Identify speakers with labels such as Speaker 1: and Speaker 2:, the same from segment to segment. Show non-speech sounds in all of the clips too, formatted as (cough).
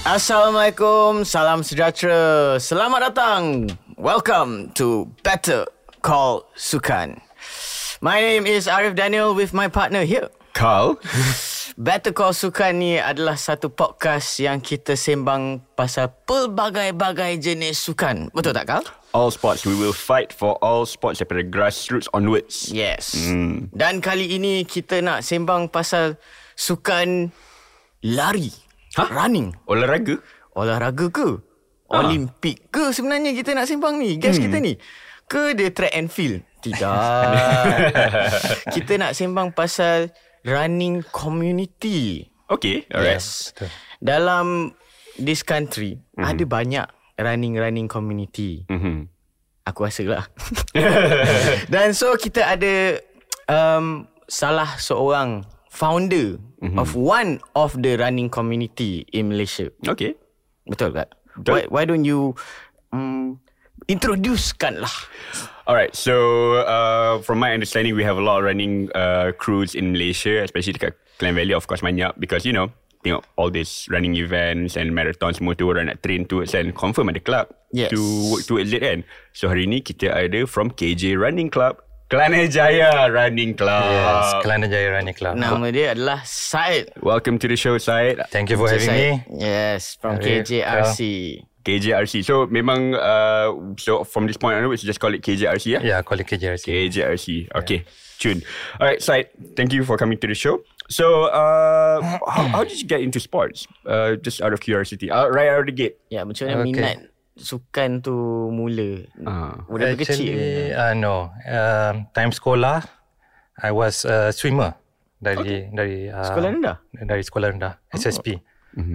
Speaker 1: Assalamualaikum, salam sejahtera. Selamat datang. Welcome to Better Call Sukan. My name is Arif Daniel with my partner here.
Speaker 2: Carl
Speaker 1: Better Call Sukan ni adalah satu podcast yang kita sembang pasal pelbagai-bagai jenis sukan. Betul tak Kal?
Speaker 2: All sports We will fight for all sports Daripada grassroots onwards
Speaker 1: Yes. Mm. Dan kali ini kita nak sembang pasal sukan lari.
Speaker 2: Hah?
Speaker 1: Running.
Speaker 2: Olahraga
Speaker 1: Olahraga ke? Olimpik ke sebenarnya kita nak sembang ni? Guess hmm. kita ni. Ke dia track and field? Tidak. kita nak sembang pasal running community.
Speaker 2: Okay Alright
Speaker 1: Yes. Dalam this country mm-hmm. ada banyak running-running community.
Speaker 2: Mhm.
Speaker 1: Aku rasa lah. Dan so kita ada um, salah seorang founder mm-hmm. of one of the running community in Malaysia.
Speaker 2: Okay
Speaker 1: Betul tak?
Speaker 2: Betul.
Speaker 1: Why, why don't you um, introducekan lah.
Speaker 2: Alright, so uh, from my understanding, we have a lot of running uh, crews in Malaysia, especially dekat Klang Valley, of course, banyak because, you know, tengok all these running events and marathons, semua tu orang nak train towards and confirm ada club
Speaker 1: Yes.
Speaker 2: to work towards it kan. So hari ni kita ada from KJ Running Club, Kelana Jaya Running Club.
Speaker 1: Uh,
Speaker 3: Yes, Kelana Jaya Running Club.
Speaker 1: Nama dia adalah Said.
Speaker 2: Welcome to the show, Syed.
Speaker 3: Thank you for having me.
Speaker 1: Said. Yes, from
Speaker 3: Arif,
Speaker 1: KJRC.
Speaker 2: KJRC. So memang uh, so from this point onwards, just call it KJRC ya.
Speaker 3: Yeah, call it KJRC.
Speaker 2: KJRC. Okay, tune. All right, Syed, thank you for coming to the show. So uh, how, how did you get into sports? Uh, just out of curiosity, uh, right out of the gate.
Speaker 1: Ya, macam mana okay.
Speaker 3: Okay.
Speaker 1: minat sukan tu mula?
Speaker 2: Ah.
Speaker 1: Budak kecil.
Speaker 3: Actually, uh, no. Um, time sekolah, I was a swimmer dari dari uh,
Speaker 1: Sekolah rendah? Oh. Mm-hmm.
Speaker 3: dari sekolah rendah SSP.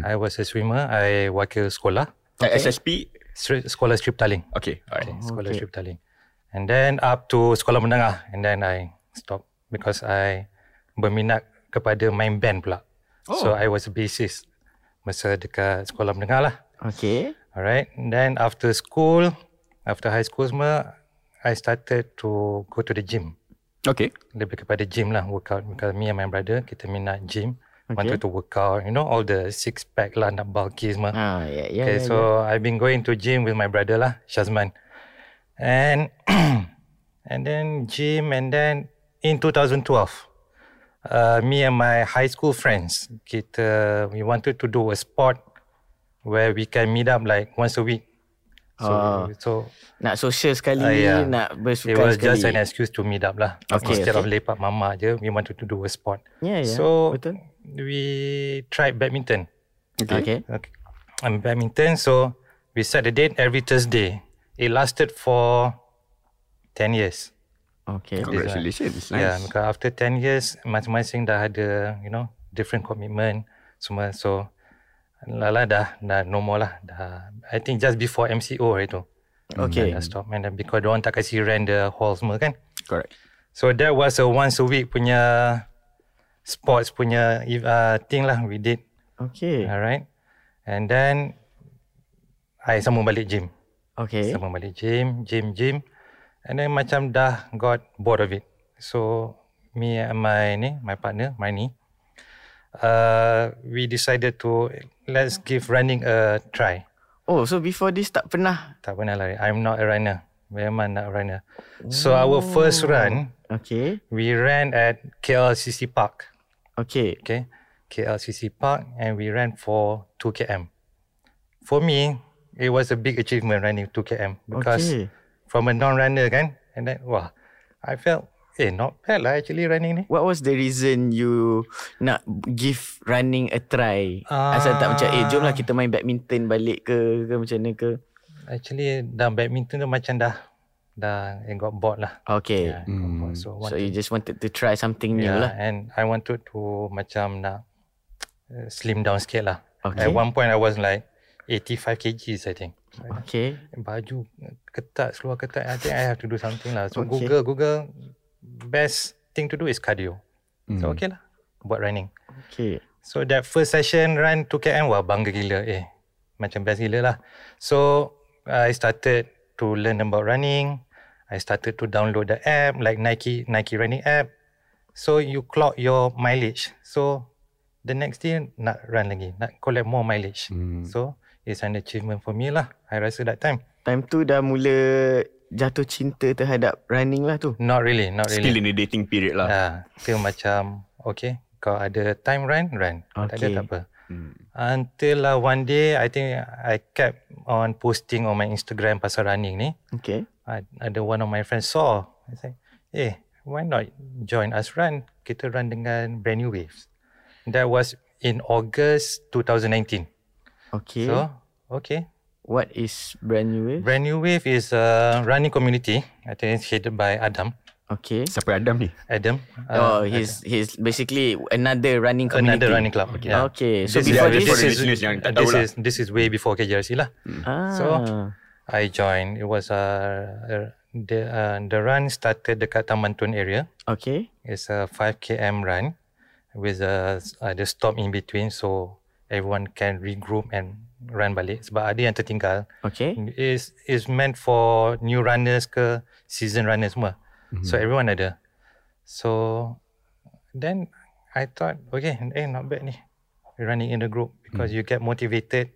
Speaker 3: I was a swimmer. I wakil sekolah
Speaker 2: At SSP.
Speaker 3: stri- sekolah strip taling.
Speaker 2: Okay, all right.
Speaker 3: Sekolah strip taling. And then up to sekolah menengah and then I stop because I berminat kepada main band pula.
Speaker 1: Oh.
Speaker 3: So I was a bassist masa dekat sekolah menengah lah.
Speaker 1: Okay.
Speaker 3: Alright. Then after school, after high school semua, I started to go to the gym.
Speaker 2: Okay.
Speaker 3: Lebih kepada gym lah, workout. Because me and my brother, kita minat gym. Okay. Wanted to workout. You know, all the six pack lah, nak bulky semua.
Speaker 1: Ah, ya, ya.
Speaker 3: okay,
Speaker 1: ya, ya.
Speaker 3: so I've been going to gym with my brother lah, Shazman. And (clears throat) and then gym and then in 2012, uh, me and my high school friends, kita we wanted to do a sport where we can meet up like once a week. So, so
Speaker 1: Nak social sekali,
Speaker 3: Ah, ya.
Speaker 1: nak
Speaker 3: it
Speaker 1: bersukan
Speaker 3: was just an
Speaker 1: Ah, sekali.
Speaker 3: excuse to meet up lah.
Speaker 1: Okay,
Speaker 3: Instead of
Speaker 1: okay.
Speaker 3: lepak mama je, we wanted to do a sport.
Speaker 1: Ya, ya.
Speaker 3: So
Speaker 1: betul.
Speaker 3: we tried badminton.
Speaker 1: Okay. okay.
Speaker 3: Okay. I'm badminton, so we set the date every Thursday. It lasted for 10 years.
Speaker 1: Okay.
Speaker 2: Congratulations.
Speaker 3: Yeah,
Speaker 2: Nice.
Speaker 3: because after 10 years, masing-masing dah ada, you know, different commitment semua. So, lala dah, dah no more lah. Dah, I think just before MCO hari tu.
Speaker 1: Okay.
Speaker 3: Dah stop. And then because diorang tak kasi rent the hall semua kan.
Speaker 2: Correct.
Speaker 3: So, that was a once a week punya sports punya uh, thing lah we did.
Speaker 1: Okay.
Speaker 3: Alright. And then, I sambung balik gym.
Speaker 1: Okay.
Speaker 3: Sama balik gym, gym, gym. And then macam dah got bored of it. So, me and my ni, my partner, Marni, uh, we decided to let's give running a try.
Speaker 1: Oh, so before this tak pernah.
Speaker 3: Tak pernah lari. I'm not a runner. Memang not a runner. So, our first
Speaker 1: Oh.
Speaker 3: run,
Speaker 1: Okay.
Speaker 3: we ran at KLCC Park.
Speaker 1: Okay.
Speaker 3: Okay. KLCC Park and we ran for 2km. For me, it was a big achievement running 2km because
Speaker 1: Okay.
Speaker 3: from a non-runner kan and then wah I felt eh not bad lah actually running ni.
Speaker 1: What was the reason you nak give running a try? Uh, Asal tak macam, eh jomlah
Speaker 3: Ah,
Speaker 1: kita main badminton balik ke, ke macam mana ke?
Speaker 3: Actually dah badminton tu macam dah dah I got bored lah.
Speaker 1: Okay.
Speaker 3: Yeah, I got bored.
Speaker 1: Eh,
Speaker 3: So,
Speaker 1: hmm, So
Speaker 3: want
Speaker 1: you just wanted to try something new
Speaker 3: yeah,
Speaker 1: lah.
Speaker 3: and I wanted to macam nak uh, slim down sikit lah.
Speaker 1: Okay.
Speaker 3: At one point I was like 85 kgs I think.
Speaker 1: Okay.
Speaker 3: baju ketat seluar ketat I think I have to do something lah so
Speaker 1: Okay.
Speaker 3: google google best thing to do is cardio
Speaker 2: Mm. Hmm.
Speaker 3: so okay lah buat running
Speaker 1: Okay.
Speaker 3: so that first session run 2km wah bangga gila eh macam best gila lah so I started to learn about running I started to download the app like Nike Nike running app so you clock your mileage so The next year nak run lagi, nak collect more mileage.
Speaker 2: Hmm.
Speaker 3: Mm. So it's an achievement for me lah. I rasa that time.
Speaker 1: Time tu dah mula jatuh cinta terhadap running lah tu.
Speaker 3: Not really, not really.
Speaker 2: Still in the dating period lah.
Speaker 3: Ah, till macam okay, kau ada time run, run. Kalau Tak ada
Speaker 1: Okay.
Speaker 3: tak apa.
Speaker 2: Mm.
Speaker 3: Until lah one day I think I kept on posting on my Instagram pasal running ni.
Speaker 1: Okay.
Speaker 3: I, ada one of my friends saw. I say, eh, why not join us run? Kita run dengan Brand New Waves. That was in August 2019.
Speaker 1: Okay. So,
Speaker 3: So, okay.
Speaker 1: what is brand new wave?
Speaker 3: Brand New Wave is a running community. I think it's headed by Adam.
Speaker 1: Okay.
Speaker 2: Siapa Adam ni?
Speaker 3: Adam.
Speaker 1: oh, he's he's basically another running community.
Speaker 3: Uh, Another running club. Okay. Yeah.
Speaker 1: Okay. So
Speaker 2: This is
Speaker 1: before
Speaker 2: the
Speaker 1: this, this
Speaker 2: different- For
Speaker 3: This
Speaker 2: the listeners yang
Speaker 3: is,
Speaker 2: tak
Speaker 3: this
Speaker 2: tahu lah.
Speaker 3: is this is way before KJRC lah.
Speaker 1: ah, so,
Speaker 3: So- I joined. It was uh, the uh, the run started dekat Taman Tun area.
Speaker 1: okay.
Speaker 3: It's a 5 km run with a uh, the stop in between so everyone can regroup and run balik sebab ada yang tertinggal
Speaker 1: Okay.
Speaker 3: is is meant for new runners ke season runners semua
Speaker 2: Hmm.
Speaker 3: so everyone ada so then I thought okay eh not bad ni running in a group because you get motivated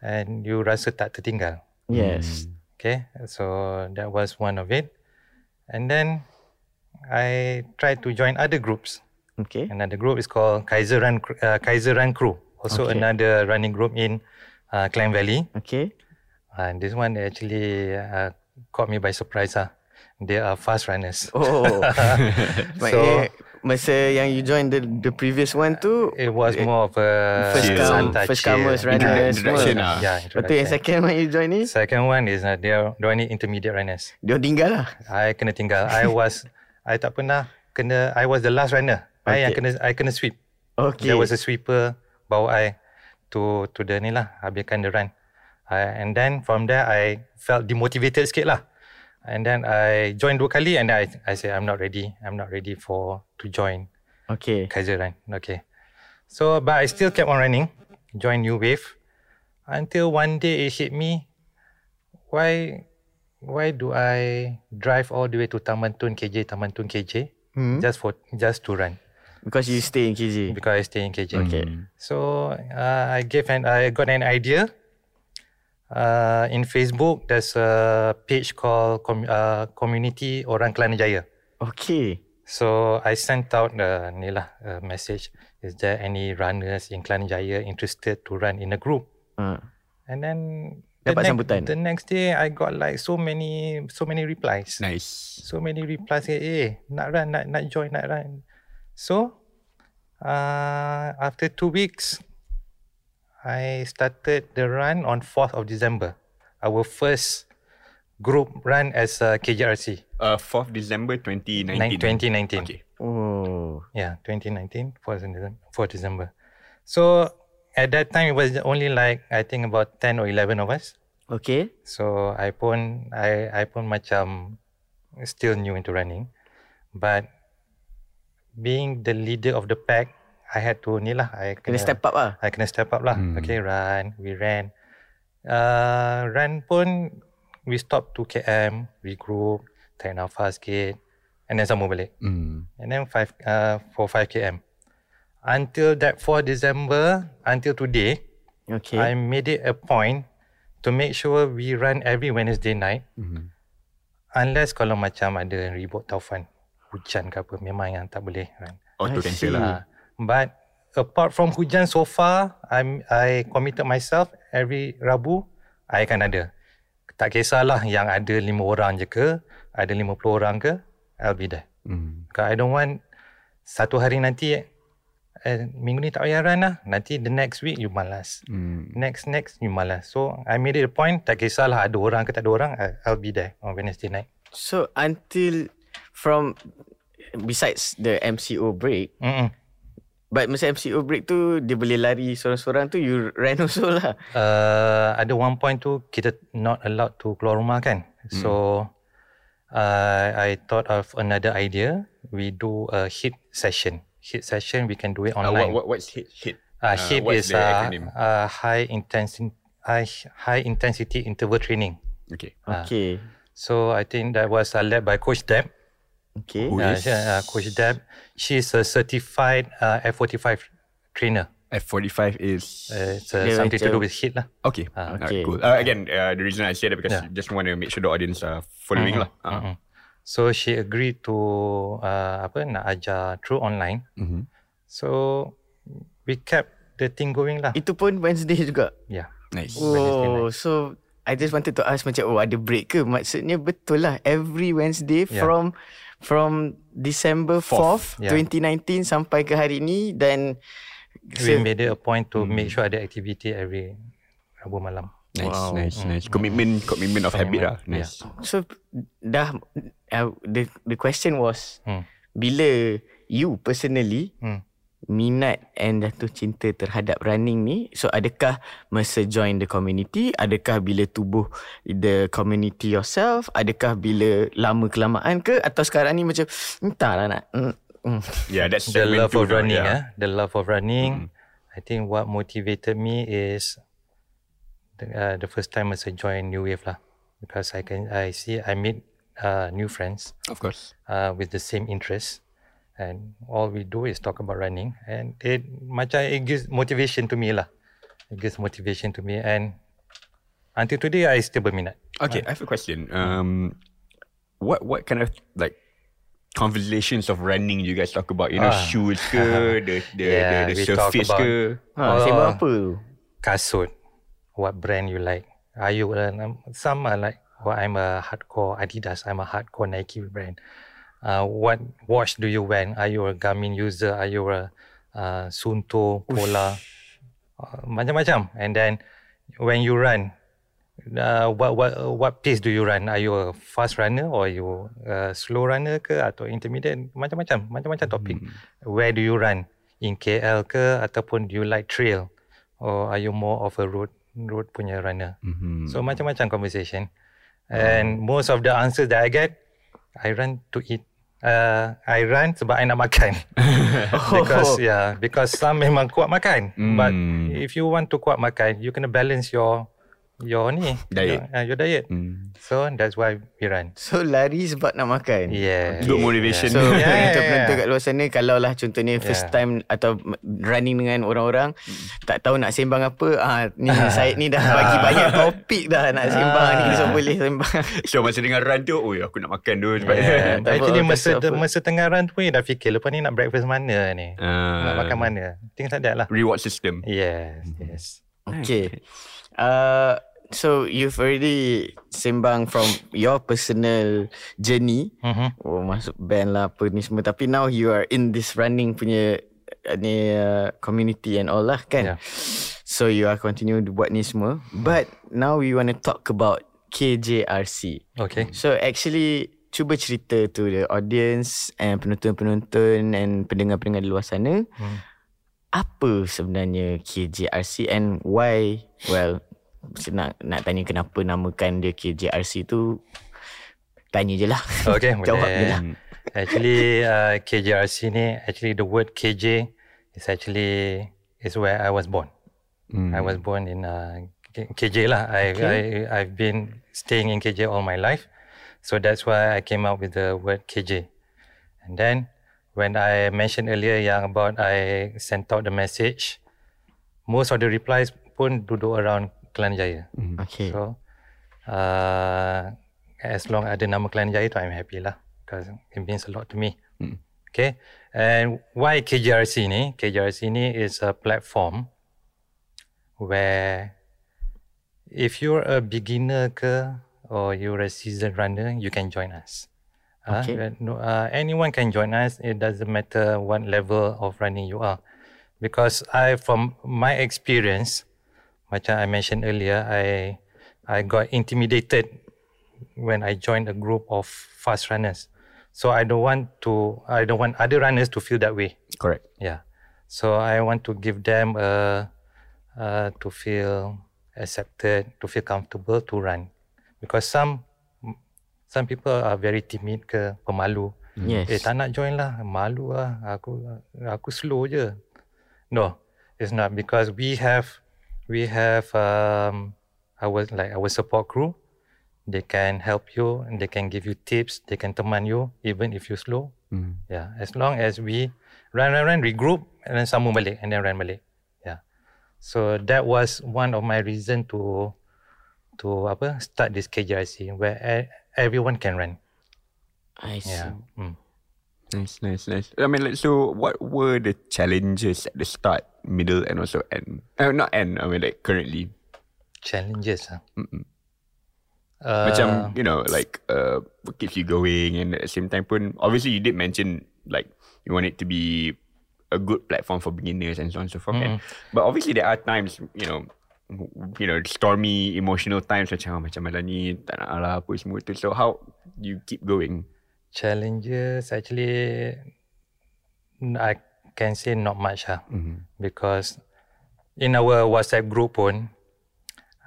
Speaker 3: and you rasa tak tertinggal
Speaker 2: mm.
Speaker 1: Yes.
Speaker 3: Okay, so that was one of it. And then I tried to join other groups.
Speaker 1: Okay.
Speaker 3: Another group is called Kaiser Run, Cr- uh, Kaiser Run Crew, also
Speaker 1: Okay.
Speaker 3: another running group in uh, Klang Valley.
Speaker 1: Okay.
Speaker 3: And this one actually uh, caught me by surprise. Ah, They are fast runners. (laughs)
Speaker 1: Oh.
Speaker 3: So-
Speaker 1: Maknanya masa yang you join the the previous one tu
Speaker 3: It was more of a
Speaker 1: first come
Speaker 3: Santa
Speaker 1: first
Speaker 3: cheer.
Speaker 1: comers runners semua.
Speaker 2: Introduction lah.
Speaker 3: Yeah,
Speaker 1: Lepas tu yang
Speaker 3: introduction.
Speaker 1: second one you join ni
Speaker 3: Second one is uh, they are, they are only intermediate runners.
Speaker 1: dia tinggal lah.
Speaker 3: I kena tinggal.
Speaker 1: (laughs)
Speaker 3: I was I tak pernah kena I was the last runner. Okay. I yang
Speaker 1: Okay.
Speaker 3: kena I kena sweep.
Speaker 1: Okay.
Speaker 3: There was a sweeper bawa I to to the ni lah habiskan the run. I, and then from there I felt demotivated sikit lah. And then I join dua kali and then I I say I'm not ready. I'm not ready for to join
Speaker 1: okay.
Speaker 3: Kaiser run. Okay. So but I still kept on running, join New Wave until one day it hit me why why do I drive all the way to Taman Tun KJ, Taman Tun KJ
Speaker 1: Hmm?
Speaker 3: just for just to run
Speaker 1: Because you stay in KJ.
Speaker 3: because I stay in KJ.
Speaker 1: Okay.
Speaker 3: So uh, I gave an I got an idea. Uh, in Facebook, there's a page called com- uh, Community Orang Kelana Jaya.
Speaker 1: Okay.
Speaker 3: So I sent out uh, ni lah, a message. Is there any runners in Klan Jaya interested to run in a group?
Speaker 1: Ah.
Speaker 3: And then
Speaker 1: Dapat
Speaker 3: the
Speaker 1: sambutan.
Speaker 3: The next day I got like so many so many replies.
Speaker 2: Nice.
Speaker 3: So many replies eh, eh nak run nak nak join nak run. So uh, after two weeks I started the run on 4th of December. Our first group run as a KJRC
Speaker 2: Uh, 4th December 2019.
Speaker 3: 2019.
Speaker 2: Okay.
Speaker 1: Oh.
Speaker 3: Yeah, 2019, 4 December, 4 December. So at that time, it was only like, I think about 10 or 11 of us.
Speaker 1: Okay.
Speaker 3: So I pun, I, I pun macam still new into running. But being the leader of the pack, I had to ni lah. I
Speaker 1: Kena step up lah.
Speaker 3: I kena step up lah.
Speaker 2: Hmm.
Speaker 3: Okay, run. We ran. Uh, run pun, we stop 2 km, regroup, tarik nafas sikit. And then sambung balik.
Speaker 2: Mm.
Speaker 3: And then five uh, for 5 km. Until that 4 December, until today,
Speaker 1: Okay.
Speaker 3: I made it a point to make sure we run every Wednesday night.
Speaker 2: Mhm.
Speaker 3: Unless kalau macam ada ribut taufan, hujan ke apa, memang yang tak boleh run.
Speaker 2: Auto
Speaker 1: I see.
Speaker 2: cancel lah.
Speaker 3: Uh, but apart from hujan so far, I'm, I committed myself every Rabu, I akan ada. Tak kisahlah yang ada 5 orang je ke, ada 50 orang ke, I'll be there.
Speaker 2: Mm.
Speaker 3: Because I don't want satu hari nanti eh, minggu ni tak payah run lah. Nanti the next week you malas.
Speaker 2: Mm.
Speaker 3: Next next you malas. So I made it a point tak kisahlah ada orang ke tak ada orang I- I'll be there on Wednesday night.
Speaker 1: So until from besides the MCO break,
Speaker 3: Mm-mm.
Speaker 1: but masa MCO break tu dia boleh lari seorang-seorang tu you (laughs) ran also lah.
Speaker 3: Uh, ada one point tu kita not allowed to keluar rumah kan.
Speaker 2: Mm.
Speaker 3: So uh, I thought of another idea. We do a hit session. Hit session we can do it
Speaker 2: Uh, what,
Speaker 3: online.
Speaker 2: what, what's hit? hit?
Speaker 3: uh,
Speaker 2: uh,
Speaker 3: HIIT
Speaker 2: what's
Speaker 3: is
Speaker 2: the
Speaker 3: uh,
Speaker 2: acronym?
Speaker 3: uh, high intensity high, high intensity interval training.
Speaker 2: Okay.
Speaker 3: Ah.
Speaker 1: Okay.
Speaker 3: So I think that was uh, led by Coach Deb.
Speaker 1: Okay.
Speaker 2: Who
Speaker 3: Uh,
Speaker 2: is-
Speaker 3: she- uh, Coach Deb. She's a certified uh, F45 trainer.
Speaker 2: F45 is
Speaker 3: Uh, it's uh,
Speaker 1: Dia
Speaker 3: something to do
Speaker 1: macam-
Speaker 3: with heat lah.
Speaker 2: okay.
Speaker 1: okay.
Speaker 2: Alright, cool. Uh, again, uh, the reason I say that because
Speaker 3: Uh, ah, Yeah.
Speaker 2: just want to make sure the audience are following lah. Uh,
Speaker 3: Mm. So she agreed to uh, apa nak ajar through online.
Speaker 2: Mhm.
Speaker 3: So we kept the thing going lah.
Speaker 1: Itu pun Wednesday juga
Speaker 3: yeah.
Speaker 2: Nice.
Speaker 3: Wednesday
Speaker 1: Oh so I just wanted to ask macam Oh ada break ke Maksudnya betul lah Every Wednesday
Speaker 3: Yeah.
Speaker 1: From From December 4th,
Speaker 2: Fourth,
Speaker 3: yeah.
Speaker 1: 2019 Sampai ke hari ni Dan
Speaker 3: We made it a point to make sure ada activity every Rabu malam.
Speaker 2: Nice,
Speaker 1: Wow.
Speaker 2: nice, nice. Commitment, commitment of habit lah.
Speaker 3: Mm. Commitment,
Speaker 2: Nice.
Speaker 1: So dah uh, the the question was
Speaker 3: Hmm.
Speaker 1: bila you personally
Speaker 3: Hmm.
Speaker 1: minat and jatuh cinta terhadap running ni so adakah masa join the community adakah bila tubuh the community yourself adakah bila lama kelamaan ke atau sekarang ni macam entahlah nak mm, mm.
Speaker 2: Yeah, that's
Speaker 3: The
Speaker 2: segment
Speaker 3: love
Speaker 2: two
Speaker 3: of
Speaker 2: now,
Speaker 3: running,
Speaker 2: yeah.
Speaker 3: yeah. The love of running. I think what motivated me is the, uh, the first time was I joined New Wave lah, because I can I see I meet uh, new friends
Speaker 2: Of course.
Speaker 3: uh, with the same interests, and all we do is talk about running, and it macam it gives motivation to me lah. It gives motivation to me, and until today I still berminat.
Speaker 2: Okay, I have a question. Um, what what kind of like conversations of running you guys talk about? You know,
Speaker 3: Ah.
Speaker 2: shoes ke, the the,
Speaker 3: (laughs) Yeah,
Speaker 2: the, the
Speaker 3: we talk
Speaker 2: surface
Speaker 3: about-
Speaker 2: ke.
Speaker 1: ha
Speaker 3: Oh.
Speaker 1: sembang apa
Speaker 3: (laughs)
Speaker 1: tu
Speaker 3: kasut, what brand you like. Are you uh, some are like well, I'm a hardcore Adidas, I'm a hardcore Nike brand. Uh, what watch do you wear? Are you a Garmin user? Are you a uh, Sunto, Polar? Uh, macam-macam. And then when you run, uh, what what uh, what pace do you run? Are you a fast runner or you a slow runner ke atau intermediate? Macam-macam, macam-macam topik. Where do you run? In KL ke ataupun do you like trail or are you more of a road road punya runner?
Speaker 2: Mhm.
Speaker 3: So macam-macam conversation. And most of the answers that I get, I run to eat. Uh, I run sebab I nak makan. (laughs)
Speaker 1: (laughs)
Speaker 3: because yeah, because some memang kuat makan.
Speaker 1: Hmm.
Speaker 3: But
Speaker 2: Mm.
Speaker 3: if you want to kuat makan, you kena balance your your ni
Speaker 2: Diet.
Speaker 3: Your, uh, your diet.
Speaker 2: Mm.
Speaker 3: So that's why we run.
Speaker 1: so lari sebab nak makan
Speaker 3: Ya. Yeah.
Speaker 2: Good motivation.
Speaker 1: So
Speaker 2: Yeah,
Speaker 1: yeah,
Speaker 3: yeah,
Speaker 1: penonton-penonton
Speaker 3: yeah.
Speaker 1: kat luar sana Kalau lah contohnya yeah. First
Speaker 3: Yeah.
Speaker 1: time Atau m- running dengan orang-orang Tak tahu nak sembang apa ah, Ni Syed ni dah bagi banyak topik dah Nak sembang ni So boleh sembang
Speaker 2: So masa dengar run tu, oh aku nak makan tu. Cepat. (laughs)
Speaker 3: Yeah.
Speaker 1: Tak
Speaker 3: Actually
Speaker 1: (laughs) apa,
Speaker 3: masa
Speaker 1: tak apa.
Speaker 3: masa tengah run tu eh, dah fikir lepas ni nak breakfast mana ni?
Speaker 1: Ah.
Speaker 3: nak makan
Speaker 2: Uh,
Speaker 3: mana? Things like that lah.
Speaker 2: reward system.
Speaker 3: Yes, yes.
Speaker 1: Okay (laughs) uh, So you've already Sembang from Your personal Journey
Speaker 3: Mm-hmm.
Speaker 1: Oh masuk band lah Apa ni semua Tapi now you are in this running punya uh, Ni uh, community and all lah kan
Speaker 3: Yeah.
Speaker 1: So you are continue buat ni semua But now we want to talk about KJRC
Speaker 3: Okay.
Speaker 1: So actually Cuba cerita to the audience And penonton-penonton And pendengar-pendengar di luar sana
Speaker 3: Hmm.
Speaker 1: Apa sebenarnya KJRC And why Well nak, nak tanya kenapa namakan dia KJRC tu Tanya je lah
Speaker 3: Okay,
Speaker 1: Jawab je
Speaker 3: boleh.
Speaker 1: lah.
Speaker 3: Actually, uh, KJRC ni, actually the word KJ is actually is where I was born. I was born in uh, K- KJ lah. I, I I've been staying in KJ all my life, so that's why I came up with the word KJ. And then when I mentioned earlier yang about I sent out the message, most of the replies pun duduk around Kelantan Jaya.
Speaker 1: (laughs)
Speaker 2: Hmm.
Speaker 1: Okay
Speaker 3: So, uh, as long ada nama Kelayan Jaya tu, I'm happy lah. Because it means a lot to me.
Speaker 2: Mm.
Speaker 3: Okay. And why KJRC ni? KJRC ni is a platform where if you're a beginner ke or you're a seasoned runner, you can join us. Ah,
Speaker 1: Okay.
Speaker 3: uh, no, uh, anyone can join us. It doesn't matter what level of running you are. Because I, from my experience, macam I mentioned earlier, I I got intimidated when I joined a group of fast runners. So I don't want to I don't want other runners to feel that way.
Speaker 2: Correct.
Speaker 3: Yeah. So I want to give them a, uh, to feel accepted, to feel comfortable to run. Because some some people are very timid ke, pemalu.
Speaker 1: Yes
Speaker 3: Eh tak nak join lah, malu lah. Aku aku slow je. No, it's not because we have we have um our like our support crew. They can help you and they can give you tips. They can teman you even if you slow.
Speaker 2: Mm.
Speaker 3: Yeah, Ya, as long as we run, run, run, regroup, and then sambung balik, and then run balik. Yeah, so that was one of my reason to to apa start this KJRC where e- everyone can run.
Speaker 1: I see.
Speaker 3: Yeah, mm.
Speaker 2: Nice, nice, nice. I mean, like, so what were the challenges at the start, middle, and also end? Uh, not end. I mean, like currently,
Speaker 3: challenges. ah.
Speaker 2: uh, macam you know, like uh, what keeps you going, and at the same time pun, obviously you did mention like you want it to be a good platform for beginners and so on and so forth. And, but obviously there are times, you know, you know, stormy emotional times macam oh, macam malam ni tak nak lah apa semua tu. So how you keep going?
Speaker 3: challenges actually n- I can say not much ah because in our WhatsApp group pun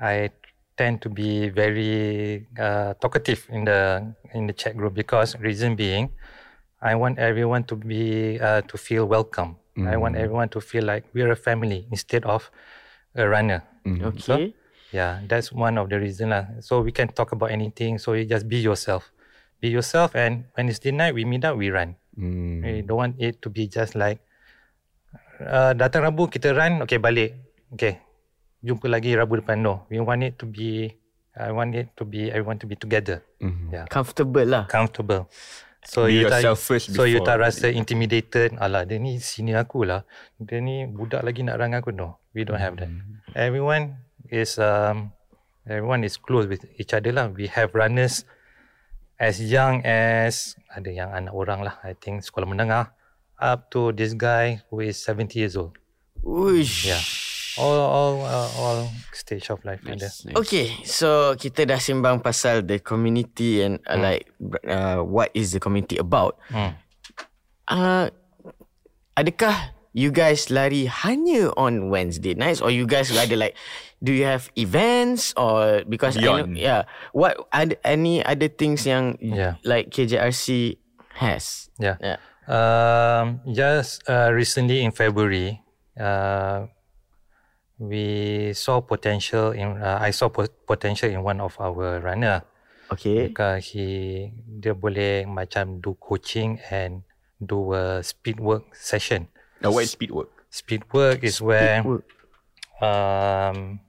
Speaker 3: I tend to be very uh, talkative in the in the chat group because reason being I want everyone to be uh, to feel welcome. I want everyone to feel like we're a family instead of a runner.
Speaker 2: Mm-hmm.
Speaker 1: Okay.
Speaker 3: Yeah, that's one of the reason lah. So we can talk about anything. So you just be yourself, be yourself, and when it's the night, we meet up, we run.
Speaker 2: Mm.
Speaker 3: We don't want it to be just like uh, datang Rabu kita run, okay balik, okay jumpa lagi Rabu depan. No, we want it to be, I want it to be, everyone to be together,
Speaker 1: Comfortable lah.
Speaker 3: comfortable.
Speaker 2: Mm-hmm.
Speaker 3: So
Speaker 2: Be
Speaker 3: you tak,
Speaker 2: yourself first
Speaker 3: so you tak
Speaker 2: before-
Speaker 3: rasa intimidated. Alah, dia ni senior aku lah. Dia ni budak lagi nak rang aku. No, we don't have that. Everyone is um, everyone is close with each other lah. We have runners as young as ada yang anak orang lah. I think sekolah menengah up to this guy who is 70 years old.
Speaker 1: Uish.
Speaker 3: Yeah. All all uh, all stage of life ada.
Speaker 2: Nice, nice.
Speaker 1: Okay, so kita dah sembang pasal the community and uh, like uh, what is the community about.
Speaker 3: Hmm.
Speaker 1: Uh, adakah you guys lari hanya on Wednesday nights or you guys rather like do you have events or because I know,
Speaker 2: Beyond.
Speaker 1: yeah what are any other things yang
Speaker 3: Yeah.
Speaker 1: like KJRC has
Speaker 3: Yeah.
Speaker 1: yeah
Speaker 3: Um, just uh, recently in February, uh, we saw potential in. Uh, I saw po- potential in one of our runner.
Speaker 1: okay
Speaker 3: Because he dia boleh macam do coaching and do a speed work session.
Speaker 2: Now, what is speed work?
Speaker 3: Speed work is where
Speaker 1: work.
Speaker 3: um,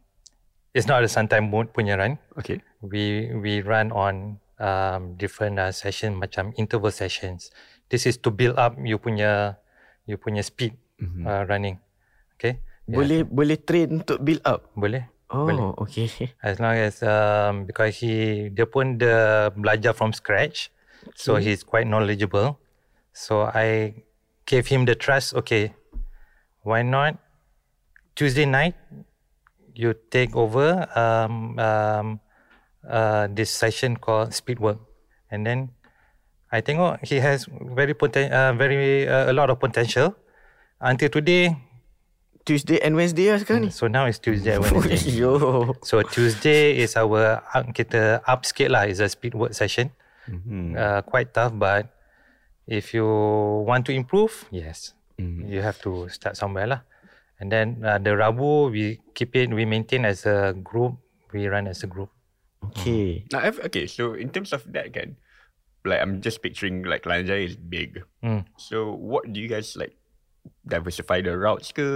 Speaker 3: it's not a sometime mode punya run.
Speaker 2: Okay.
Speaker 3: we we run on um, different uh, session macam interval sessions. This is to build up you punya you punya speed
Speaker 2: Mm-hmm.
Speaker 3: uh, running. Okay,
Speaker 1: boleh boleh train untuk build up
Speaker 3: Ya. boleh.
Speaker 1: oh okay
Speaker 3: As long as um, because he dia pun dia belajar from scratch, so he's quite knowledgeable. So I gave him the trust. Okay, why not Tuesday night you take over um, um, uh, this session called speed work, and then I tengok he has very poten- uh, very uh, a lot of potential. Until today,
Speaker 1: Tuesday and Wednesday lah sekarang ni Oh,
Speaker 3: so now it's Tuesday. and
Speaker 1: (laughs)
Speaker 3: Wednesday.
Speaker 1: yo
Speaker 3: So Tuesday is our up- kita up sikit lah. It's a speed work session. Uh, quite tough but if you want to improve, yes, you have to start somewhere lah. And then uh, the Rabu, we keep it, we maintain as a group. We run as a group.
Speaker 1: okay
Speaker 2: Now, I've, okay, so in terms of that again, like I'm just picturing like Lanjai is big.
Speaker 3: Mm.
Speaker 2: So what do you guys like diversify the routes ke?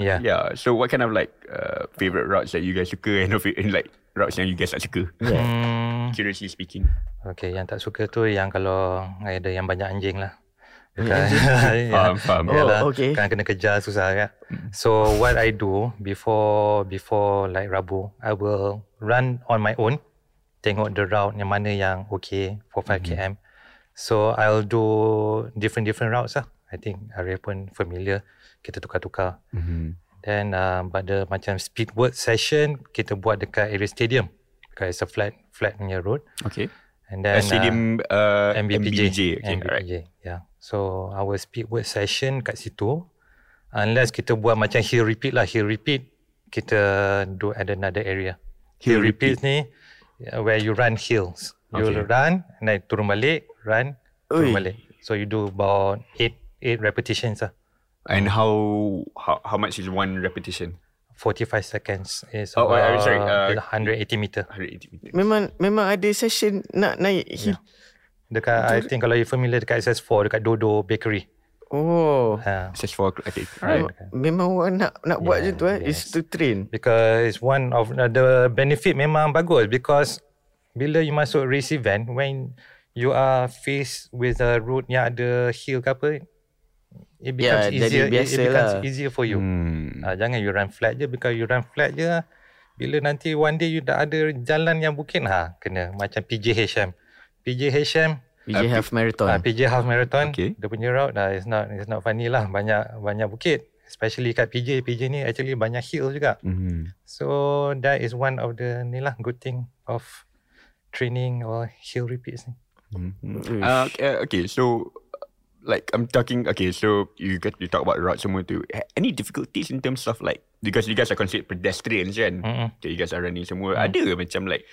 Speaker 3: Yeah.
Speaker 2: Yeah. So what kind of like uh, favorite routes that you guys suka and, of it- and like routes yang you guys tak suka?
Speaker 3: Hmm.
Speaker 2: Curiously speaking.
Speaker 3: Okay, yang tak suka tu yang kalau ada yang banyak anjing lah. (laughs) Ya.
Speaker 2: Faham, faham.
Speaker 1: Oh,
Speaker 3: Yalah,
Speaker 1: okay.
Speaker 3: Kan kena kejar susah kan. So what I do before before like Rabu, I will run on my own. Tengok the route yang mana yang okay for 5
Speaker 1: Mm-hmm.
Speaker 3: km. So I'll do different different routes lah. I think Arya pun familiar. Kita tukar-tukar.
Speaker 2: Mm-hmm.
Speaker 3: Then uh, but the macam speed work session kita buat dekat area stadium. Because it's a flat flat punya road.
Speaker 2: Okay.
Speaker 3: And then
Speaker 2: Stadium uh, MBPJ.
Speaker 3: MBPJ.
Speaker 2: Okay, alright.
Speaker 3: MBPJ, Yeah. So our speed work session kat situ unless kita buat macam hill repeat lah, hill repeat kita do at another area. Hill,
Speaker 2: Hill
Speaker 3: repeat, ni uh, where you run hills. You
Speaker 2: Okay.
Speaker 3: run and then turun balik, run,
Speaker 1: Ui.
Speaker 3: turun balik. So you do about 8 8 repetitions lah.
Speaker 2: And how, how how much is one repetition?
Speaker 3: 45 seconds is
Speaker 2: Oh, I-
Speaker 3: about
Speaker 2: I'm sorry, uh,
Speaker 3: 180 meter.
Speaker 2: 180 meter.
Speaker 1: Memang memang ada session nak naik hill.
Speaker 3: Dekat, I think kalau you familiar dekat SS4, dekat Dodo Bakery.
Speaker 1: Oh.
Speaker 3: Uh,
Speaker 2: Just for okay. Alright.
Speaker 1: Memang orang nak nak buat je
Speaker 3: Yeah,
Speaker 1: tu eh. Is
Speaker 3: yes.
Speaker 1: to train.
Speaker 3: because one of uh, the benefit memang bagus because bila you masuk race event, when you are faced with a road yang ada hill ke apa, it becomes
Speaker 1: Yeah, Ya, jadi
Speaker 3: easier. It, it
Speaker 1: biasa
Speaker 3: becomes
Speaker 1: lah.
Speaker 3: easier for you.
Speaker 2: Hmm.
Speaker 3: Ha, jangan you run flat je because you run flat je bila nanti one day you dah ada jalan yang bukit ha kena macam PJHM. PJHM
Speaker 1: PJ half
Speaker 3: uh,
Speaker 1: marathon.
Speaker 3: PJ half marathon
Speaker 2: Okay.
Speaker 3: okay. dia punya route dah it's not it's not funny lah banyak banyak bukit especially kat PJ PJ ni actually banyak hill juga.
Speaker 2: Hmm.
Speaker 3: So that is one of the ni lah good thing of training or hill repeats ni. Mm-hmm.
Speaker 1: Uish.
Speaker 2: Uh, okay, uh, okay, so uh, like I'm talking. Okay, so you get you talk about route semua tu. Ha- Any difficulties in terms of like because you guys are considered pedestrians, kan?
Speaker 3: Mm-mm.
Speaker 2: Okay, you guys are running semua.
Speaker 3: Mm.
Speaker 2: Ada ke macam like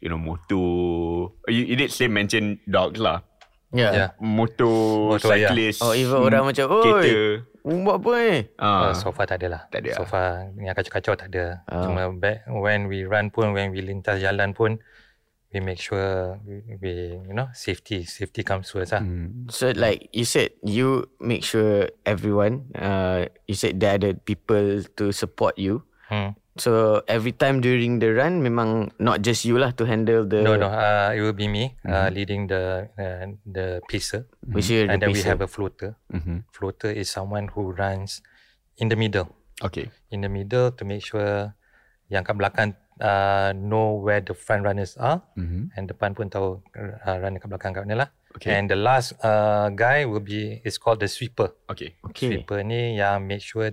Speaker 2: you know motor? uh, You, you did say mention dogs lah.
Speaker 1: Yeah.
Speaker 3: yeah.
Speaker 2: Motor,
Speaker 3: Motor, yeah.
Speaker 2: cyclist.
Speaker 1: Oh, even orang macam, "Oi,
Speaker 2: kereta."
Speaker 1: Um, buat apa eh?
Speaker 2: Ah,
Speaker 3: Uh, so far tak ada lah.
Speaker 2: tak ada lah.
Speaker 3: So far yang kacau-kacau tak ada.
Speaker 1: Ah.
Speaker 3: Cuma back, when we run pun, when we lintas jalan pun, we make sure we, we you know safety safety comes first lah.
Speaker 2: Hmm.
Speaker 1: So like you said, you make sure everyone. Uh, you said there are the people to support you.
Speaker 3: Hmm.
Speaker 1: So every time during the run, memang not just you lah to handle the.
Speaker 3: No no, uh, it will be me uh, leading the uh, the pacer,
Speaker 1: Which you Mm-hmm. the
Speaker 3: and then we
Speaker 1: pacer.
Speaker 3: have a floater.
Speaker 2: Mhm.
Speaker 3: Floater is someone who runs in the middle,
Speaker 2: Okay.
Speaker 3: in the middle to make sure yang kat belakang uh, know where the front runners are,
Speaker 2: Mhm.
Speaker 3: and depan pun tahu uh, runner kat belakang kat mana lah.
Speaker 2: Okay.
Speaker 3: And the last uh, guy will be is called the sweeper.
Speaker 2: Okay.
Speaker 1: Okay.
Speaker 3: Sweeper ni yang make sure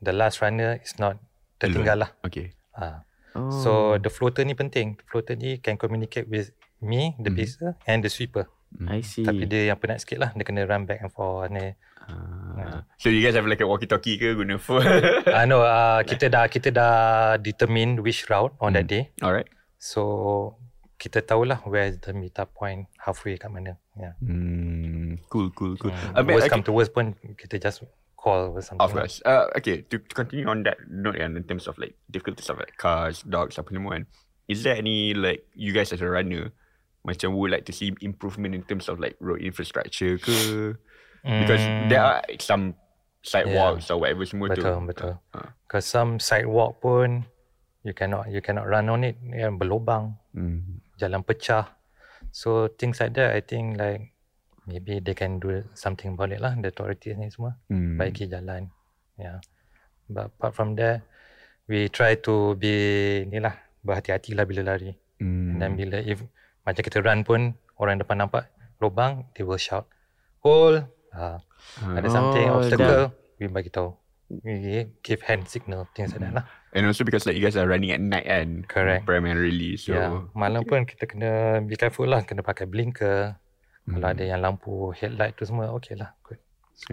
Speaker 3: the last runner is not tertinggal lah.
Speaker 2: Okay.
Speaker 3: Ha.
Speaker 1: Oh.
Speaker 3: So the floater ni penting. The floater ni can communicate with me, the pacer and the sweeper.
Speaker 2: Mm-hmm.
Speaker 1: I see.
Speaker 3: Tapi dia yang penat sikit lah. Dia kena run back and forth ni.
Speaker 2: Ah. So you guys have like a walkie-talkie ke guna phone? (laughs)
Speaker 3: Ah no, uh, kita dah kita dah determine which route on that day.
Speaker 2: Alright.
Speaker 3: So kita tahulah where is the meet up point halfway kat mana. Yeah.
Speaker 2: Hmm,
Speaker 3: Mm,
Speaker 2: cool, cool, cool. I
Speaker 3: Uh,
Speaker 2: mean,
Speaker 3: worst
Speaker 2: okay,
Speaker 3: come to worst pun kita just call or something.
Speaker 2: of
Speaker 3: lah.
Speaker 2: course. Uh, okay, to, to continue on that note, and in terms of like difficulties of like cars, dogs, apa semua, kan, is there any like you guys as a runner, macam would like to see improvement in terms of like road infrastructure ke? Because there are some sidewalks or whatever semua tu.
Speaker 3: Hmm. Betul, betul.
Speaker 2: Ah.
Speaker 3: Because some sidewalk pun you cannot you cannot run on it. Yeah, berlubang,
Speaker 2: Hmm.
Speaker 3: jalan pecah. So things like that, I think like maybe they can do something about it lah. The authorities ni semua
Speaker 2: Hmm.
Speaker 3: baiki jalan. Yeah. But apart from that, we try to be ni lah berhati-hati lah bila lari.
Speaker 2: Hmm.
Speaker 3: And then bila if macam kita run pun orang depan nampak lubang, they will shout, hold. Ah, ada something
Speaker 1: Oh,
Speaker 3: obstacle, we bagi tahu. We give hand signal things like that lah.
Speaker 2: And also because like you guys are running at night and
Speaker 3: Correct.
Speaker 2: primarily, so
Speaker 3: yeah. Ya, Malam pun kita kena be careful lah, kena pakai blinker.
Speaker 2: hmm.
Speaker 3: Kalau
Speaker 1: Hmm.
Speaker 3: ada yang lampu headlight tu semua okay lah. Good.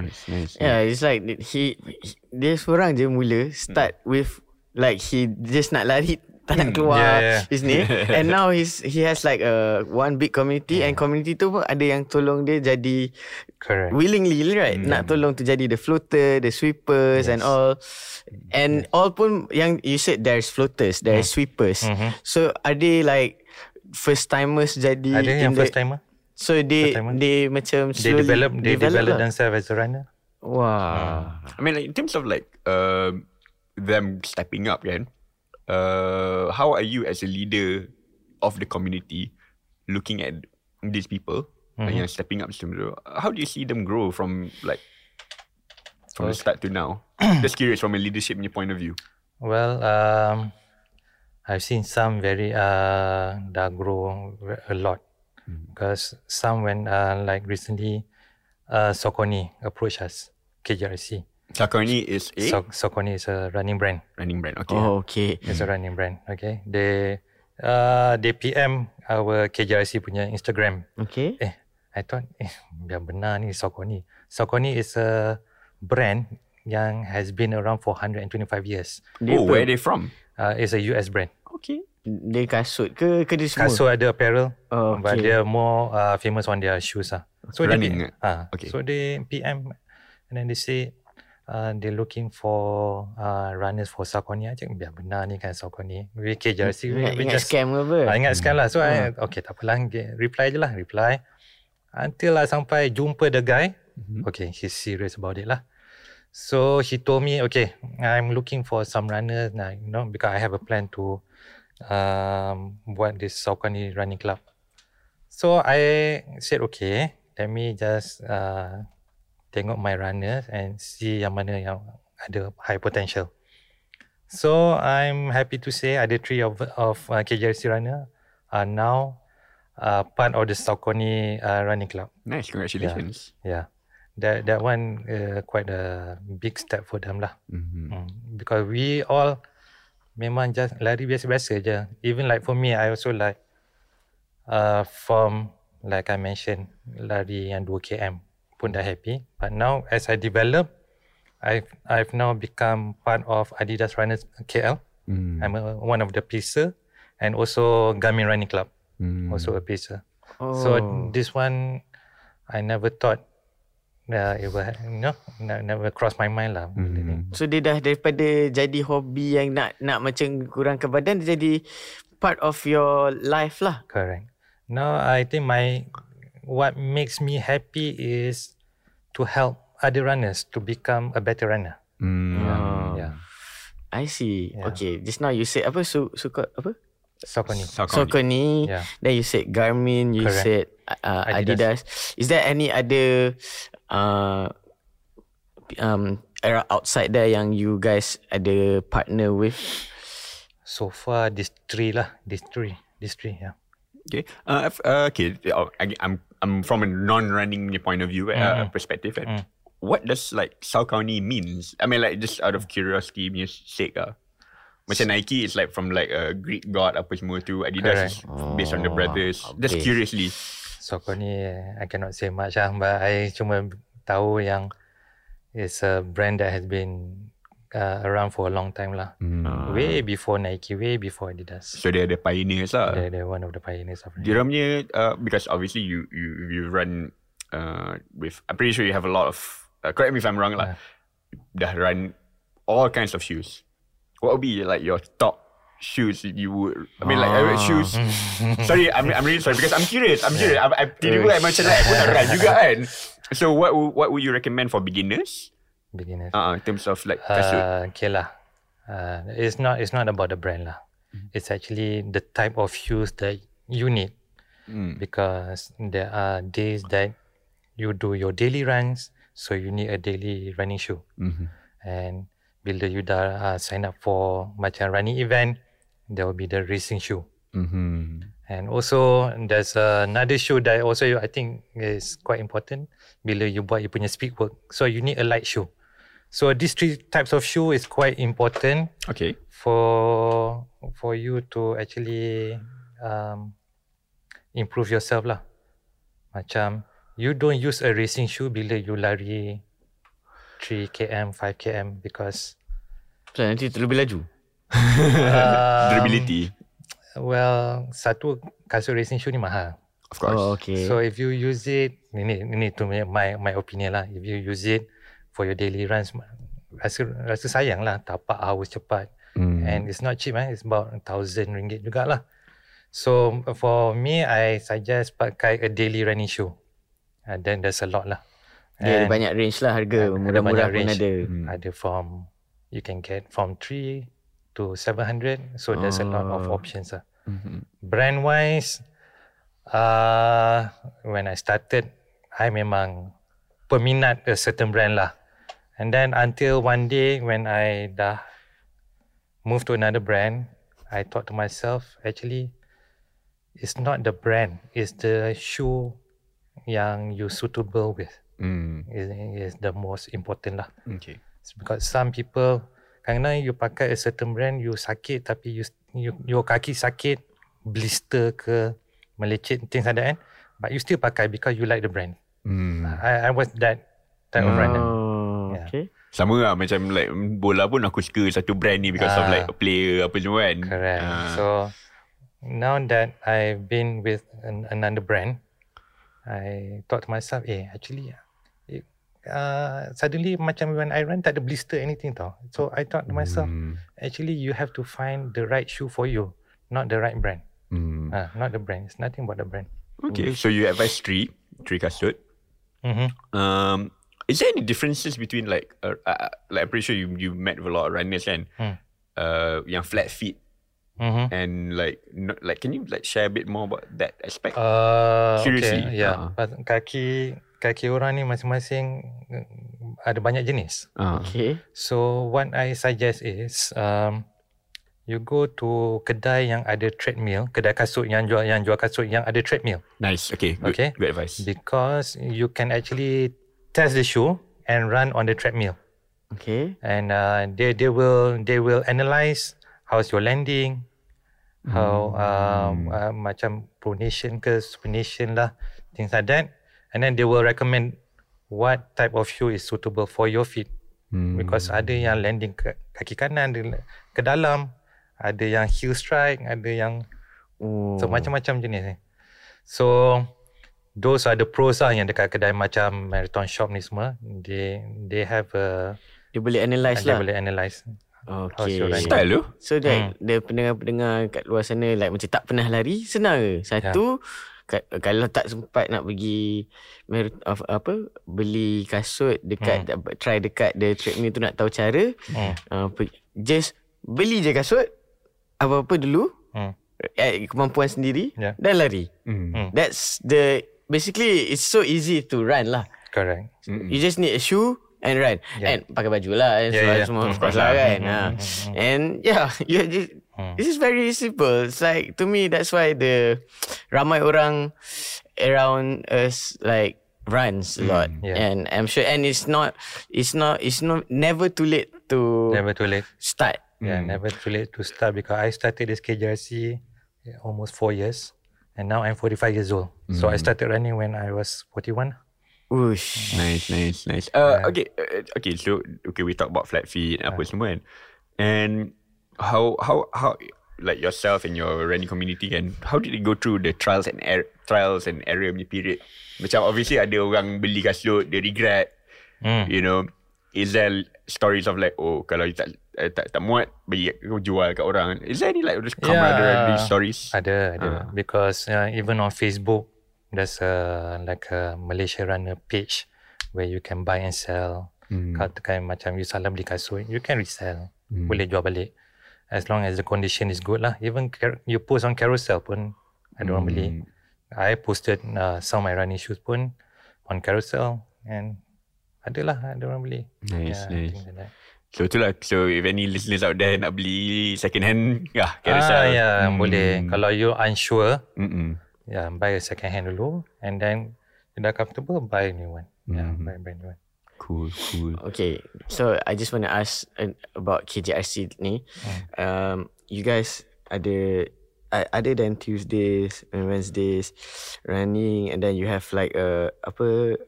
Speaker 2: nice, nice.
Speaker 1: Yeah, it's like that he, he dia seorang je mula start
Speaker 3: Hmm.
Speaker 1: with like he just nak lari (laughs) tak nak keluar
Speaker 3: yeah, yeah.
Speaker 1: his
Speaker 3: (laughs)
Speaker 1: name and now he's he has like a one big community and
Speaker 3: Hmm.
Speaker 1: community tu pun ada yang tolong dia jadi
Speaker 3: Correct.
Speaker 1: willingly right nak
Speaker 3: Hmm.
Speaker 1: tolong tu jadi the floater the sweepers and all
Speaker 3: Hmm.
Speaker 1: and all pun yang you said there's floaters there's sweepers
Speaker 3: Hmm. Mhm.
Speaker 1: so are they like first timers jadi
Speaker 3: ada yang
Speaker 1: in the-
Speaker 3: first timer,
Speaker 1: so they
Speaker 3: first timer?
Speaker 1: they macam
Speaker 3: they
Speaker 1: slowly
Speaker 3: develop, they develop, Hmm.
Speaker 1: lah.
Speaker 3: themselves as a runner.
Speaker 1: Wah.
Speaker 2: I mean, like, in terms of like um, them stepping up, kan? Uh, how are you as a leader of the community looking at these people and yang stepping up macam tu? How do you see them grow from like from the start to now? Just curious from a leadership punya point of view.
Speaker 3: Well, um, I've seen some very uh, dah grow ve- a lot because some when uh, like recently uh, Sokoni approached us, KJRC.
Speaker 2: Sakoni is a
Speaker 3: So- Sokoni is a running brand.
Speaker 2: running brand. Okay.
Speaker 1: Oh, okay.
Speaker 3: It's a running brand. Okay. They uh, they PM our KJRC punya Instagram.
Speaker 1: Okay.
Speaker 3: Eh, I thought eh biar benar ni Sokoni. Sokoni is a brand yang has been around for 125 years.
Speaker 1: apa?
Speaker 2: Oh, where are they from?
Speaker 3: Uh, it's a US brand.
Speaker 2: Okay.
Speaker 1: Dia kasut ke ke dia semua?
Speaker 3: Kasut ada apparel
Speaker 1: Oh,
Speaker 3: okay. but
Speaker 1: okay.
Speaker 3: they are more uh, famous on their shoes ah. So
Speaker 2: Running,
Speaker 3: they uh,
Speaker 2: Okay.
Speaker 3: okay. so they PM and then they say uh, they looking for uh, runners for Saucony. Cakap biar benar ni kan Saucony. We KJRC we,
Speaker 1: Ingat,
Speaker 3: we
Speaker 1: ingat Hmm.
Speaker 3: just
Speaker 1: Eh, scam ke apa?
Speaker 3: eh, Ah, ingat sekali lah. So, I, okay, tak apalah. Ge- Reply je lah. Reply. Until I sampai jumpa the guy. Mm-hmm. Okay, he's serious about it lah. So he told me, okay, I'm looking for some runners, now, you know, because I have a plan to um, buat this Saukani running club. So I said, okay, let me just uh, tengok my runners and see yang mana yang ada high potential. So I'm happy to say ada three of, of uh, KJRC runner are now uh, part of the Saucony uh, running club.
Speaker 2: Nice, congratulations.
Speaker 3: Yeah. That that one uh, quite a big step for them lah.
Speaker 2: Mm-hmm.
Speaker 3: Mm. Because we all memang just lari biasa-biasa je. Even like for me, I also like uh, from like I mentioned, lari yang 2 km pun dah happy. But now as I develop, I've I've now become part of Adidas Runners KL.
Speaker 2: Mm.
Speaker 3: I'm a, one of the pacer and also Garmin Running Club,
Speaker 2: Mm.
Speaker 3: also a pacer.
Speaker 1: Oh.
Speaker 3: So this one, I never thought uh, it will, ha- you know, ne- never crossed my mind lah. benda ni.
Speaker 1: So dia dah daripada jadi hobi yang nak nak macam kurangkan badan dia jadi part of your life lah.
Speaker 3: Correct. Now I think my what makes me happy is to help other runners to become a better runner.
Speaker 1: Mm-hmm.
Speaker 2: Mm.
Speaker 1: Oh.
Speaker 3: Yeah.
Speaker 1: Ya. I see.
Speaker 3: Yeah.
Speaker 1: Yeah. Okay, just now you said apa su suka apa?
Speaker 3: Sokoni.
Speaker 2: Saucony.
Speaker 1: Saucony.
Speaker 3: Yeah.
Speaker 1: Then you said Garmin, you
Speaker 3: Ya. Correct.
Speaker 1: said uh,
Speaker 3: Adidas.
Speaker 1: Adidas. Is there any other uh, um era outside there yang you guys ada partner with?
Speaker 3: So far these three lah, these three, these three. Yeah.
Speaker 2: Okay. Uh, if- uh, okay. uh, I, I'm I'm from a non-running point of view uh, perspective. uh, What does like Saucony means? I mean, like just out of curiosity, punya sake ah. Macam Nike is like from like a Greek god apa semua tu. Adidas is based on the brothers. Just
Speaker 1: okay.
Speaker 2: curiously.
Speaker 3: Sokoni, I cannot say much lah, but I cuma tahu yang it's a brand that has been uh, around for a long time lah.
Speaker 2: Ah.
Speaker 3: Way before Nike, way before Adidas.
Speaker 2: So they're the pioneers lah.
Speaker 3: They're, they're one of the pioneers of running.
Speaker 2: Dia
Speaker 3: (laughs)
Speaker 2: orang punya uh, because obviously you you you run uh, with I'm pretty sure you have a lot of uh, correct me if I'm wrong lah. Dah run all kinds of shoes. What would be like your top shoes that you would I mean like favorite shoes.
Speaker 3: Ah. (laughs)
Speaker 2: sorry, I'm I'm really sorry because I'm curious. I'm curious. I, I tiba-tiba I macam like aku
Speaker 3: (laughs)
Speaker 2: nak run juga kan. So what would- what would you recommend for beginners?
Speaker 3: beginners.
Speaker 2: Uh, in terms of like kasut.
Speaker 3: Uh, okay lah. Uh, it's not it's not about the brand lah. It's actually the type of shoes that you need
Speaker 2: Hmm.
Speaker 3: because there are days that you do your daily runs, so you need a daily running shoe.
Speaker 2: Mm-hmm.
Speaker 3: And bila you dah uh, sign up for macam running event, there will be the racing shoe.
Speaker 2: Mm-hmm.
Speaker 3: And also there's another shoe that also you- I think is quite important bila you buat you punya speed work. So you need a light shoe. So these three types of shoe is quite important (laughs)
Speaker 2: Okay.
Speaker 3: for for you to actually um, improve yourself lah. Macam you don't use a racing shoe bila you lari 3 km, 5 km because
Speaker 1: So nanti terlebih laju.
Speaker 3: Um,
Speaker 2: (laughs) Durability.
Speaker 3: well satu kasut racing shoe ni mahal.
Speaker 2: Of course.
Speaker 1: Oh okay.
Speaker 3: So if you use it, ini ini tu punya- my my opinion lah. If you use it for your daily runs, rasa rasa sayang lah. Tapak haus cepat.
Speaker 2: Mm. Hmm.
Speaker 3: And it's not cheap eh. It's about thousand ringgit jugalah. So for me, I suggest pakai a daily running shoe. And then there's a lot lah.
Speaker 1: dia ada
Speaker 3: And
Speaker 1: banyak range lah harga. Murah-murah pun
Speaker 3: range. Hmm,
Speaker 1: ada.
Speaker 2: Mm-hmm.
Speaker 3: Ada from you can get from three to seven hundred. So there's a lot of options lah.
Speaker 2: Mm-hmm.
Speaker 3: Brand wise, uh, when I started, I memang peminat a certain brand lah. And then until one day when I dah move to another brand, I thought to myself, actually, it's not the brand, it's the shoe yang you suitable with
Speaker 2: Mm.
Speaker 3: is, is the most important lah.
Speaker 2: Okay.
Speaker 3: It's because some people kadang-kadang you pakai a certain brand you sakit tapi you, you your kaki sakit blister ke melecet things like that kan but you still pakai because you like the brand
Speaker 2: Mm.
Speaker 3: I, I was that type of runner
Speaker 1: Oh,
Speaker 3: Yeah.
Speaker 1: okay.
Speaker 2: Sama lah Macam like Bola pun aku suka Satu brand ni Because of
Speaker 3: Ah.
Speaker 2: like a Player apa semua kan
Speaker 3: correct
Speaker 2: Ah.
Speaker 3: so now that I've been with an, another brand I thought to myself eh actually it, uh, suddenly macam when I run tak ada blister anything tau so I thought to myself
Speaker 2: Hmm.
Speaker 3: actually you have to find the right shoe for you not the right brand
Speaker 2: Hmm.
Speaker 3: Ah, not the brand. It's nothing about the brand.
Speaker 2: Okay So you advise three Tri Kasut. Um, is there any differences between like, uh, uh, like I'm pretty sure you, you met with a lot of runners kan?
Speaker 3: Hmm.
Speaker 2: Uh, yang flat feet
Speaker 3: Mm-hmm.
Speaker 2: and like, no, like can you like share a bit more about that aspect?
Speaker 3: Uh,
Speaker 2: Seriously?
Speaker 3: Okay, yeah.
Speaker 2: Ah.
Speaker 3: Pas- Kaki kaki orang ni masing-masing eh, ada banyak jenis.
Speaker 2: Ah.
Speaker 1: Okay.
Speaker 3: So what I suggest is um, you go to kedai yang ada treadmill, kedai kasut yang jual yang jual kasut yang ada treadmill
Speaker 2: Nice. Okay. Good,
Speaker 3: Okay.
Speaker 2: Good advice.
Speaker 3: because you can actually test the shoe and run on the treadmill.
Speaker 1: Okay.
Speaker 3: and uh, they they will they will analyze how's your landing, how
Speaker 1: Hmm.
Speaker 3: um, uh, macam pronation ke supination lah, things like that, and then they will recommend what type of shoe is suitable for your feet.
Speaker 1: Hmm.
Speaker 3: Because ada yang landing ke kaki kanan, ada la- ke dalam, ada yang heel strike, ada yang
Speaker 1: Oh.
Speaker 3: so macam-macam jenis ni. So those are the pros lah yang dekat kedai macam marathon shop ni semua. They they have a
Speaker 1: Dia boleh analyse
Speaker 3: dia
Speaker 1: lah.
Speaker 3: boleh Oh, analyse.
Speaker 1: Okay.
Speaker 3: How's your running?
Speaker 2: Style tu.
Speaker 1: So that hmm. the pendengar-pendengar kat luar sana like macam tak pernah lari, senang je. Satu yeah. kalau tak sempat nak pergi mer- of, apa beli kasut dekat hmm. try dekat the treadmill tu nak tahu cara,
Speaker 3: Hmm.
Speaker 1: uh, pe- just beli je kasut apa-apa dulu.
Speaker 3: Hmm.
Speaker 1: Eh, kemampuan sendiri
Speaker 3: Yeah.
Speaker 1: dan lari.
Speaker 2: Mm.
Speaker 3: Hmm.
Speaker 1: That's the basically it's so easy to run lah.
Speaker 3: Correct.
Speaker 1: You just need a shoe and run.
Speaker 3: Hmm. Yeah.
Speaker 1: And pakai baju lah and
Speaker 3: Yeah,
Speaker 1: yeah,
Speaker 3: yeah.
Speaker 1: semua
Speaker 2: Mm,
Speaker 1: of course lah
Speaker 2: lah.
Speaker 1: kan.
Speaker 3: Hmm,
Speaker 1: ha. And yeah, (laughs) you just This is very simple. It's like to me that's why the ramai orang around us like runs a lot.
Speaker 3: Hmm, yeah.
Speaker 1: And I'm sure and it's not it's not it's not never too late to
Speaker 3: Never too late.
Speaker 1: start.
Speaker 3: Yeah, never too late to start because I started this KJRC almost four years and now I'm 45 years old. So I started running when I was 41.
Speaker 1: Whoosh.
Speaker 2: Nice, nice, nice. Uh, okay, uh, okay. So, okay, we talk about flat feet and apa semua kan. And how, how, how, like yourself and your running community and how did it go through the trials and er- trials and error punya period? Macam obviously ada orang beli kasut, dia regret.
Speaker 3: Hmm.
Speaker 2: You know, is there stories of like, oh, kalau you tak eh, tak, tak muat, bagi kau jual kat orang. Is there any like those camaraderie
Speaker 3: Yeah.
Speaker 2: stories?
Speaker 3: Ada, ada. Because uh, even on Facebook, there's a, like a Malaysia runner page where you can buy and sell.
Speaker 2: Hmm,
Speaker 3: Kalau tekan macam you salam beli kasut, you can resell. Boleh jual balik. As long as the condition is good lah. Even car- you post on carousel pun ada
Speaker 2: hmm.
Speaker 3: orang beli. I posted uh, some of my running shoes pun on carousel and adalah ada orang beli.
Speaker 2: Nice, nice.
Speaker 3: things like that.
Speaker 2: So itulah So if any listeners out there Nak beli second hand Ya
Speaker 3: Ah,
Speaker 2: Carousel
Speaker 3: ya, boleh. Kalau you unsure,
Speaker 2: Mm-mm.
Speaker 3: yeah, buy a second hand dulu and then you dah comfortable, buy a new one. Yeah, buy a brand new one.
Speaker 2: Cool Cool
Speaker 1: Okay, so I just want to ask uh, about KJRC ni.
Speaker 3: Hmm.
Speaker 1: Um, you guys ada uh, other than Tuesdays and Wednesdays running, and then you have like a apa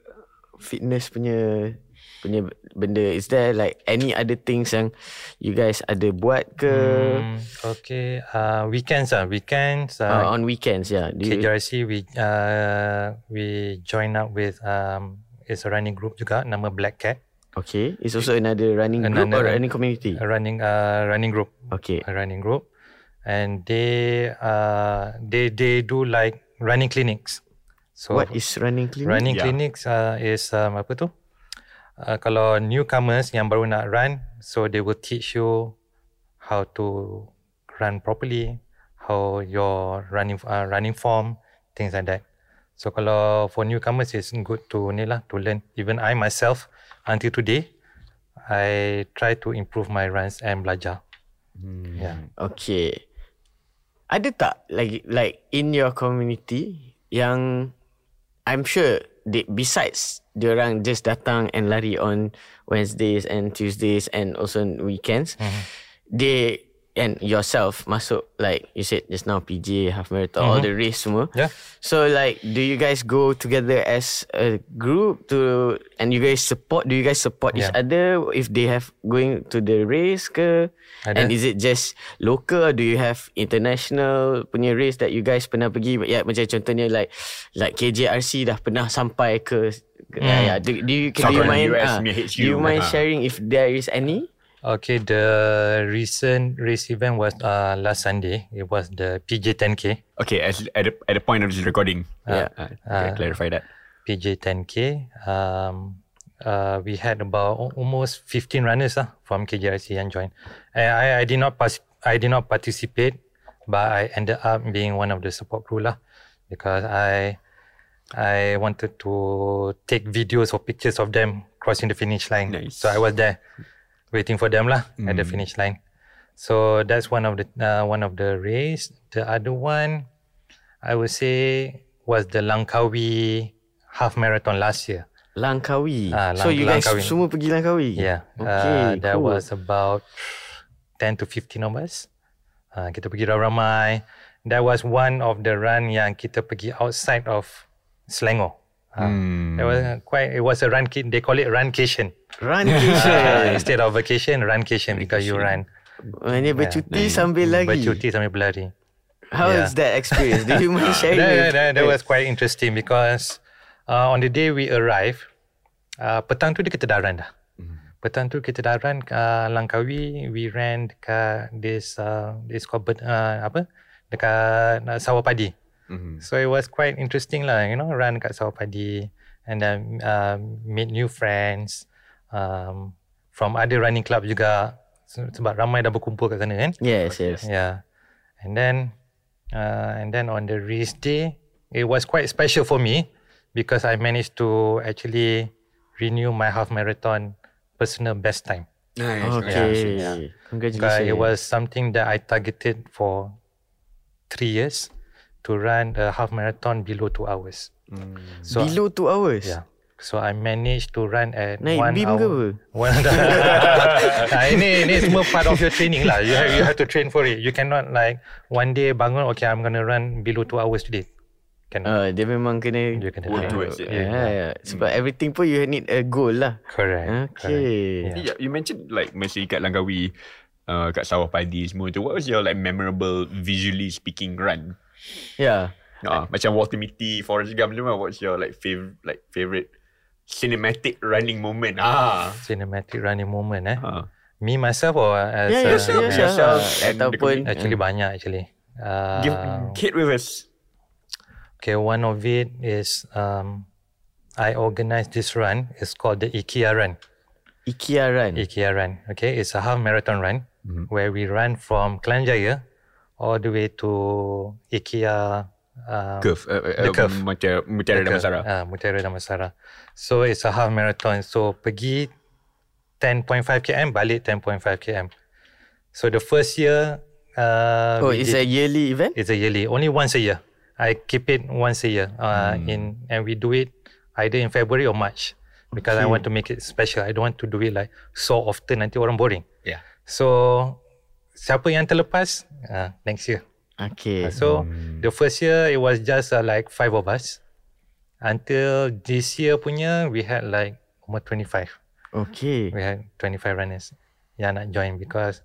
Speaker 1: fitness punya punya benda. Is there like any other things yang you guys ada buat ke
Speaker 3: Hmm, okay, uh, weekends ah, weekends.
Speaker 1: uh,
Speaker 3: Uh,
Speaker 1: on weekends? Yeah, do you,
Speaker 3: KJRC we uh, we join up with um, it's a running group juga nama Black Cat,
Speaker 1: okay. It's also another running group or
Speaker 3: Another-
Speaker 1: running community.
Speaker 3: a running uh, running group.
Speaker 1: Okay,
Speaker 3: a running group and they uh they they do like running clinics so
Speaker 1: what is running clinic?
Speaker 3: running
Speaker 2: Yeah.
Speaker 3: clinics uh, is um, apa tu uh, kalau newcomers yang baru nak run so they will teach you how to run properly how your running uh, running form things like that so kalau for newcomers it's good to ni lah to learn even I myself until today I try to improve my runs and belajar yeah
Speaker 1: Okay. Ada tak like like in your community yang I'm sure they, besides diorang just datang and lari on Wednesdays and Tuesdays and also on weekends, they and yourself masuk like you said just now PJ half marathon all the race semua.
Speaker 3: Yeah.
Speaker 1: So like do you guys go together as a group to and you guys support do you guys support each
Speaker 3: Yeah.
Speaker 1: other if they have going to the race ke?
Speaker 3: Ada.
Speaker 1: And is it just local or do you have international punya race that you guys pernah pergi? Ya, macam contohnya like like KJRC dah pernah sampai ke ke-
Speaker 3: Hmm.
Speaker 1: Ya, ya. Do, do you, do you
Speaker 2: Soccer
Speaker 1: mind
Speaker 2: US
Speaker 1: ah,
Speaker 2: punya HQ.
Speaker 1: do
Speaker 3: Ha.
Speaker 1: you mind
Speaker 2: Ah.
Speaker 1: sharing if there is any?
Speaker 3: Okay, the recent race event was uh, last Sunday. It was the PJ10K.
Speaker 2: Okay as, at, the, at the point of this recording
Speaker 3: Ah.
Speaker 1: Yeah.
Speaker 2: uh, uh, Clarify that
Speaker 3: PJ10K PJ 10K. Um, uh, we had about al- almost 15 runners lah from KJRC yang join. And I, I did not pas- I did not participate, but I ended up being one of the support crew lah because I I wanted to take videos or pictures of them crossing the finish line.
Speaker 2: Nice.
Speaker 3: So I was there waiting for them lah at the finish line. So that's one of the uh, one of the race. The other one, I would say, was the Langkawi half marathon last year.
Speaker 1: Langkawi.
Speaker 3: Ah,
Speaker 1: so
Speaker 3: Lang-
Speaker 1: you guys
Speaker 3: Langkawi.
Speaker 1: semua pergi Langkawi?
Speaker 3: Yeah.
Speaker 1: Okay,
Speaker 3: uh, there
Speaker 1: cool.
Speaker 3: was about 10 to 15 of us. Uh, kita pergi ramai-ramai. That was one of the run yang kita pergi outside of Selangor. Uh,
Speaker 1: Hmm.
Speaker 3: It was uh, quite. It was a run. They call it
Speaker 1: (laughs)
Speaker 3: runcation. Uh, (laughs)
Speaker 1: Runcation.
Speaker 3: instead of vacation, runcation because you run
Speaker 1: Maknanya bercuti sambil lagi.
Speaker 3: Hmm, bercuti sambil berlari.
Speaker 1: How
Speaker 3: yeah.
Speaker 1: is that experience? Do
Speaker 3: (laughs)
Speaker 1: you mind sharing?
Speaker 3: That, that,
Speaker 1: with-
Speaker 3: that, that was quite interesting because uh, on the day we arrived, uh, petang tu dia kita dah run dah. Petang tu kita dah run uh, Langkawi, we ran dekat this, uh, this called, Ber- uh, apa, dekat uh, sawah padi.
Speaker 2: Mm-hmm.
Speaker 3: So it was quite interesting lah, you know, run kat sawah padi and then uh, meet new friends um, from other running club juga Se- sebab ramai dah berkumpul kat sana kan.
Speaker 1: Yes, yes.
Speaker 3: Yeah. And then uh, and then on the race day, it was quite special for me because I managed to actually renew my half marathon personal best time.
Speaker 2: Nice.
Speaker 1: Okay.
Speaker 3: Because
Speaker 1: Congratulations.
Speaker 3: it was something that I targeted for three years to run a half marathon below two hours. So
Speaker 1: Mm. Below two hours.
Speaker 3: yeah. So I managed to run at
Speaker 1: Naik
Speaker 3: one
Speaker 1: beam
Speaker 3: hour.
Speaker 1: ke apa?
Speaker 3: One
Speaker 1: (laughs)
Speaker 3: nah, ini ini semua part of your training lah. You have you have to train for it. You cannot like one day bangun okay I'm gonna run below two hours today. Cannot.
Speaker 1: Uh, dia memang kena Ah,
Speaker 3: you cannot.
Speaker 2: work
Speaker 3: do
Speaker 2: towards
Speaker 3: it.
Speaker 2: it.
Speaker 1: Yeah, yeah. Sebab everything pun you need a goal lah.
Speaker 3: Hmm. Correct. correct.
Speaker 1: Okay.
Speaker 2: Yeah, you mentioned like mesti kat Langkawi, uh, kat sawah padi semua tu. What was your like memorable visually speaking run?
Speaker 1: Yeah.
Speaker 2: Ah, macam Walter Mitty, Forrest Gump semua. What's your like fav like favorite cinematic running moment? Ah.
Speaker 3: Cinematic running moment eh.
Speaker 2: Ah.
Speaker 3: Me myself or as
Speaker 1: Yeah, yeah,
Speaker 3: a-
Speaker 1: yeah, yeah, yeah.
Speaker 2: yourself and the
Speaker 1: Ataupun
Speaker 3: Actually banyak actually. Uh,
Speaker 2: Give hit with us.
Speaker 3: Okay, one of it is um, I organized this run. It's called the IKEA run.
Speaker 1: IKEA run.
Speaker 3: IKEA run. Okay, it's a half marathon run where we run from Klang Jaya all the way to IKEA. Um,
Speaker 2: Curve. Uh,
Speaker 3: The curve.
Speaker 2: Macam Mutiara Damansara.
Speaker 3: Ah, Mutiara Damansara. So it's a half marathon. So pergi 10.5 km, balik 10.5 km. So the first year, uh,
Speaker 1: Oh,
Speaker 3: we
Speaker 1: it's
Speaker 3: did-
Speaker 1: a yearly event?
Speaker 3: It's a yearly, only once a year. I keep it once a year. Uh, In and we do it either in February or March because I want to make it special. I don't want to do it like so often nanti orang boring.
Speaker 2: Yeah.
Speaker 3: So siapa yang terlepas uh, next year.
Speaker 1: Okay. Hmm.
Speaker 3: So the first year it was just uh, like five of us. Until this year punya we had like almost 25
Speaker 1: (laughs) Okay.
Speaker 3: we had 25 runners yang nak join because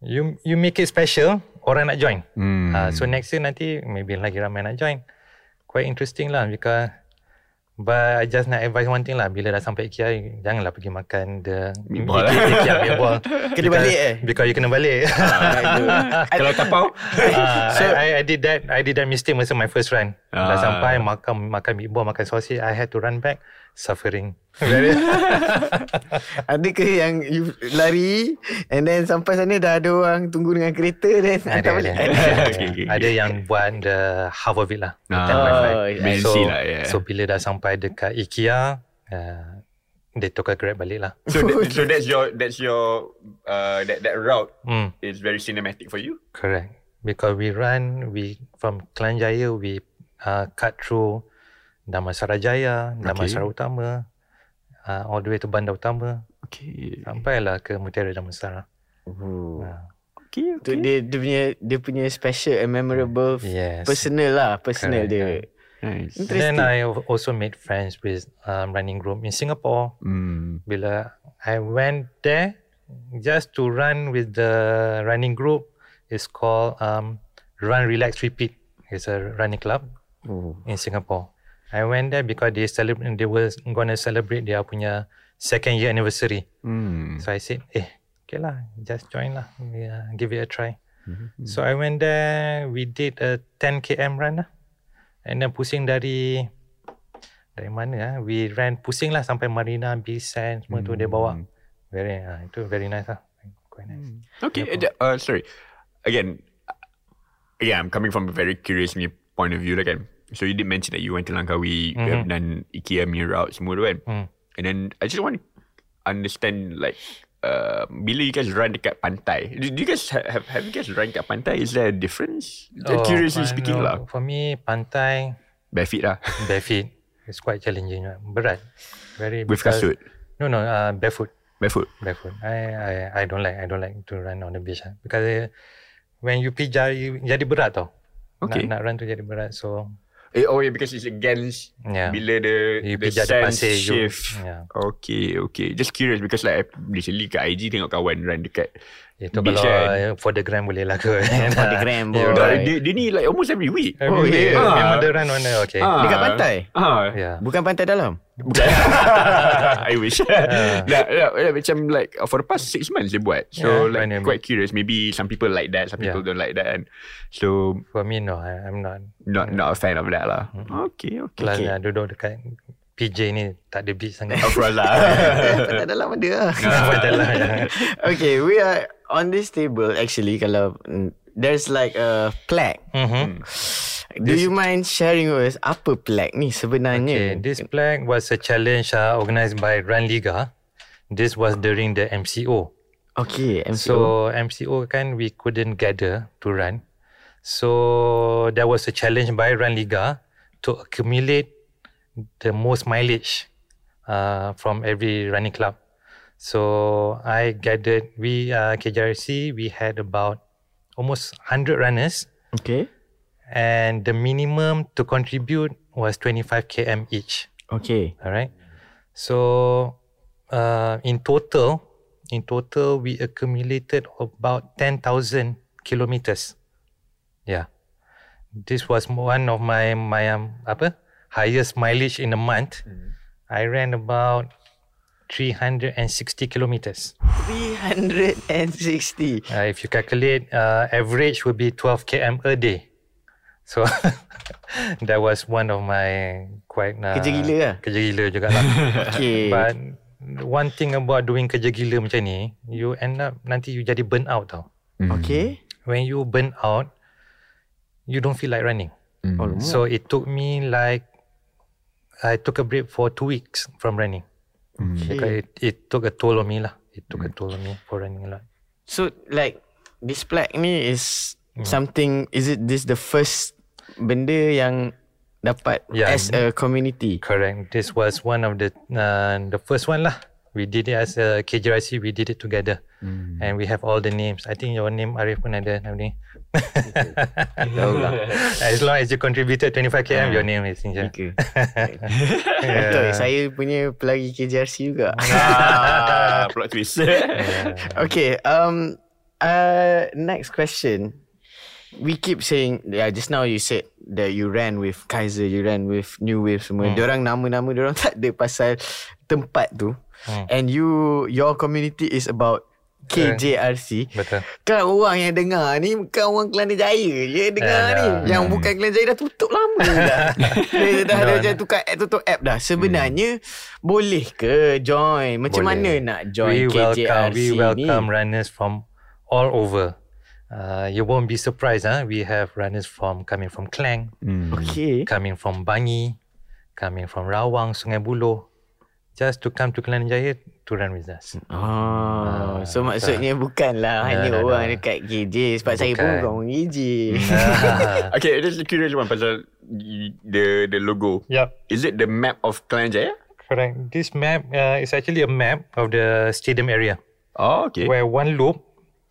Speaker 3: you you make it special orang nak join
Speaker 2: Hmm.
Speaker 3: uh, so next year nanti maybe lagi ramai nak join quite interesting lah because but I just nak advise one thing lah bila dah sampai IKEA janganlah pergi makan the
Speaker 2: Meatball.
Speaker 3: IKEA meatball
Speaker 1: (laughs) Kena balik eh?
Speaker 3: because you kena balik
Speaker 2: (laughs) Kalau tapau.
Speaker 3: Ah,
Speaker 1: So-
Speaker 3: I, I, I did that. I did that mistake masa my first run.
Speaker 2: Ah.
Speaker 3: Dah sampai makan makan meatball, makan sausage. I had to run back, suffering. Very
Speaker 1: Ada ke yang you lari and then sampai sana dah ada orang tunggu dengan kereta dan
Speaker 3: ada,
Speaker 1: hantar
Speaker 3: ada,
Speaker 1: balik?
Speaker 3: ada,
Speaker 2: (laughs) Okay, okay,
Speaker 3: ada yang buat the half of it lah.
Speaker 1: Oh,
Speaker 2: Ah,
Speaker 1: I
Speaker 2: Busy lah, yeah.
Speaker 3: so bila dah sampai dekat IKEA, uh, dia tukar grab balik lah.
Speaker 2: So, that, so that's your that's your uh, that that route
Speaker 3: Hmm,
Speaker 2: is very cinematic for you.
Speaker 3: correct. Because we run, we from Klang Jaya, we uh, cut through Damansara Jaya, Damansara Utama, uh, all the way to Bandar Utama,
Speaker 2: Okay.
Speaker 3: sampailah ke Mutiara Damansara.
Speaker 1: Oh.
Speaker 2: Okay.
Speaker 1: Tu dia dia punya dia punya special and memorable
Speaker 3: Yes.
Speaker 1: personal lah, personal dia.
Speaker 3: Correct,
Speaker 2: Nice.
Speaker 1: Interesting.
Speaker 3: Then I also made friends with um, running group in Singapore.
Speaker 2: Mm.
Speaker 3: bila I went there just to run with the running group. It's called um, Run Relax Repeat. It's a running club
Speaker 1: oh.
Speaker 3: in Singapore. I went there because they celebrate. They were gonna celebrate their punya second year anniversary.
Speaker 2: Mm.
Speaker 3: So I said, eh, okay lah, just join lah. Yeah, give it a try.
Speaker 2: Mm-hmm,
Speaker 3: So I went there, we did a 10 km run lah. And then pusing dari Dari mana ah? We ran pusing lah sampai Marina Bay Sands semua tu dia bawa.
Speaker 2: Hmm.
Speaker 3: Very ah itu very nice lah. Quite nice.
Speaker 2: Okay, uh, d- uh, sorry. Again, uh, yeah, I'm coming from a very curious punya point of view again. So you did mention that you went to Langkawi mm-hmm. dan IKEA punya route semua tu kan. Mm. And then I just want to understand like uh, bila you guys run dekat pantai, do, do you guys ha- have have you guys run dekat pantai? Is there a difference? Oh, Curiously
Speaker 3: I
Speaker 2: speaking lah,
Speaker 3: know. For
Speaker 2: (laughs)
Speaker 3: me pantai
Speaker 2: barefoot lah
Speaker 3: barefoot is quite challenging. lah. Berat. Very
Speaker 2: with
Speaker 3: because-
Speaker 2: kasut,
Speaker 3: No no uh, barefoot.
Speaker 2: barefoot.
Speaker 3: barefoot. I, I I don't like I don't like to run on the beach ah. because eh, when you pijak you jadi berat tau.
Speaker 2: Okay.
Speaker 3: Nak, nak run tu jadi berat so
Speaker 2: Eh, oh yeah, because it's against
Speaker 3: Yeah.
Speaker 2: bila the
Speaker 3: You
Speaker 2: the
Speaker 3: pijak the
Speaker 2: sands
Speaker 3: pasir, you- Mm.
Speaker 2: shift.
Speaker 3: yeah.
Speaker 2: Okay, okay. Just curious because like I recently kat IG tengok kawan run dekat
Speaker 3: itu
Speaker 2: Beach,
Speaker 3: kalau
Speaker 2: kan?
Speaker 3: eh, for the gram boleh lah
Speaker 2: (laughs)
Speaker 3: ke.
Speaker 1: For the gram,
Speaker 3: Yeah,
Speaker 1: boy.
Speaker 2: Right.
Speaker 3: Oh, right.
Speaker 2: Dia, dia ni like almost every week.
Speaker 3: (laughs) Every
Speaker 1: Oh,
Speaker 3: day,
Speaker 1: yeah.
Speaker 3: eh,
Speaker 2: Ah.
Speaker 3: memang dia run on the okay.
Speaker 2: Ah.
Speaker 1: Dekat pantai?
Speaker 2: Ah.
Speaker 3: Yeah.
Speaker 1: Bukan pantai dalam.
Speaker 3: (laughs)
Speaker 2: Bukan. I wish. (laughs) Yeah. Like, like, like, macam like for the past six months dia buat. So
Speaker 3: Ah. Yeah,
Speaker 2: like
Speaker 3: random.
Speaker 2: quite curious. Maybe some people like that, some
Speaker 3: Yeah.
Speaker 2: people don't like that. And so
Speaker 3: For me no, I, I'm not.
Speaker 2: not not a fan of that lah. Okay, okay.
Speaker 3: Mm-hmm. Plus uh,
Speaker 2: okay.
Speaker 3: okay. duduk dekat PJ ni tak ada beach sangat.
Speaker 2: (laughs) Of
Speaker 3: (laughs)
Speaker 2: course lah.
Speaker 1: pantai dalam ada lah.
Speaker 3: Pantai lah. yeah.
Speaker 1: okay, we are on this table actually kalau mm, there's like a plaque.
Speaker 3: Mhm.
Speaker 2: Hmm,
Speaker 1: Do you mind sharing with us apa plaque ni
Speaker 3: Okay,
Speaker 1: sebenarnya?
Speaker 3: this plaque was a challenge uh, organized by Run Liga. This was during the MCO.
Speaker 1: Okay, I'm so
Speaker 3: So MCO kan we couldn't gather to run. So there was a challenge by Run Liga to accumulate the most mileage uh, from every running club. So I gathered, we uh, KJRC, we had about almost 100 runners
Speaker 1: okay.
Speaker 3: and the minimum to contribute was 25 km each.
Speaker 1: Okay.
Speaker 3: All right. So uh, in total, in total, we accumulated about 10,000 kilometers. Yeah. This was one of my my um, apa highest mileage in a month.
Speaker 1: Mm-hmm.
Speaker 3: I ran about 360 kilometers.
Speaker 1: 360.
Speaker 3: Uh, if you calculate, uh, average would be 12 km a day. So (laughs) that was one of my quite uh,
Speaker 1: Kerja gila lah.
Speaker 3: kerja gila juga
Speaker 1: (laughs)
Speaker 3: lah.
Speaker 1: Okay.
Speaker 3: But one thing about doing kerja gila macam ni, you end up nanti you jadi burn out tau.
Speaker 1: okay.
Speaker 3: When you burn out, you don't feel like running.
Speaker 1: Almost.
Speaker 3: So it took me like I took a break for two weeks from running.
Speaker 1: okay.
Speaker 3: Because it, it took a toll on me lah. It took a toll on me for running a lot.
Speaker 1: So like this plaque ni is something is it this the first benda yang dapat
Speaker 3: Yeah.
Speaker 1: as a (laughs) community?
Speaker 3: Correct. This was one of the uh, the first one lah. We did it as a KJRC. We did it together,
Speaker 1: Hmm.
Speaker 3: and we have all the names. I think your name Arif pun ada nama ni. Tahu lah. (laughs) as long as you contributed 25
Speaker 1: Ah.
Speaker 3: km, your name is in there.
Speaker 1: Ke? Betul, saya punya pelari KJRC (laughs) juga.
Speaker 2: ah, plot twist.
Speaker 1: okay, um uh next question. We keep saying yeah, just now you said that you ran with Kaiser, you ran with New Wave semua. Hmm. Diorang nama-nama diorang (laughs) tak ada pasal tempat tu. Hmm. Eh. And you your community is about KJRC.
Speaker 3: Betul.
Speaker 1: Kalau Kan orang yang dengar ni Bukan orang Kelana Jaya je Dengar
Speaker 3: Ya,
Speaker 1: ni
Speaker 3: ya.
Speaker 1: Yang bukan Kelana Jaya Dah tutup lama
Speaker 3: (laughs)
Speaker 1: dah Dia dah, dah,
Speaker 3: No,
Speaker 1: dah tukar, eh, tutup app dah Sebenarnya Boleh ke join Macam
Speaker 3: Hmm. Boleh.
Speaker 1: mana nak
Speaker 3: we
Speaker 1: join KJRC
Speaker 3: welcome, we
Speaker 1: ni
Speaker 3: welcome runners from all over. Uh, you won't be surprised, huh? We have runners from coming from Klang,
Speaker 1: Hmm. Okay
Speaker 3: coming from Bangi, coming from Rawang, Sungai Buloh, just to come to Kelantan Jaya to run with
Speaker 1: (laughs)
Speaker 3: us.
Speaker 1: Oh, so maksudnya bukanlah hanya
Speaker 3: Ah, dah,
Speaker 1: orang
Speaker 3: dah.
Speaker 1: dekat KJ sebab saya pun
Speaker 3: Bukan. Hmm.
Speaker 1: bukan orang KJ.
Speaker 2: (laughs) okay, just curious one pasal y- the the logo.
Speaker 3: Yep.
Speaker 2: Is it the map of Klang Jaya?
Speaker 3: Correct. This map uh, is actually a map of the stadium area
Speaker 2: Oh, okay.
Speaker 3: where one loop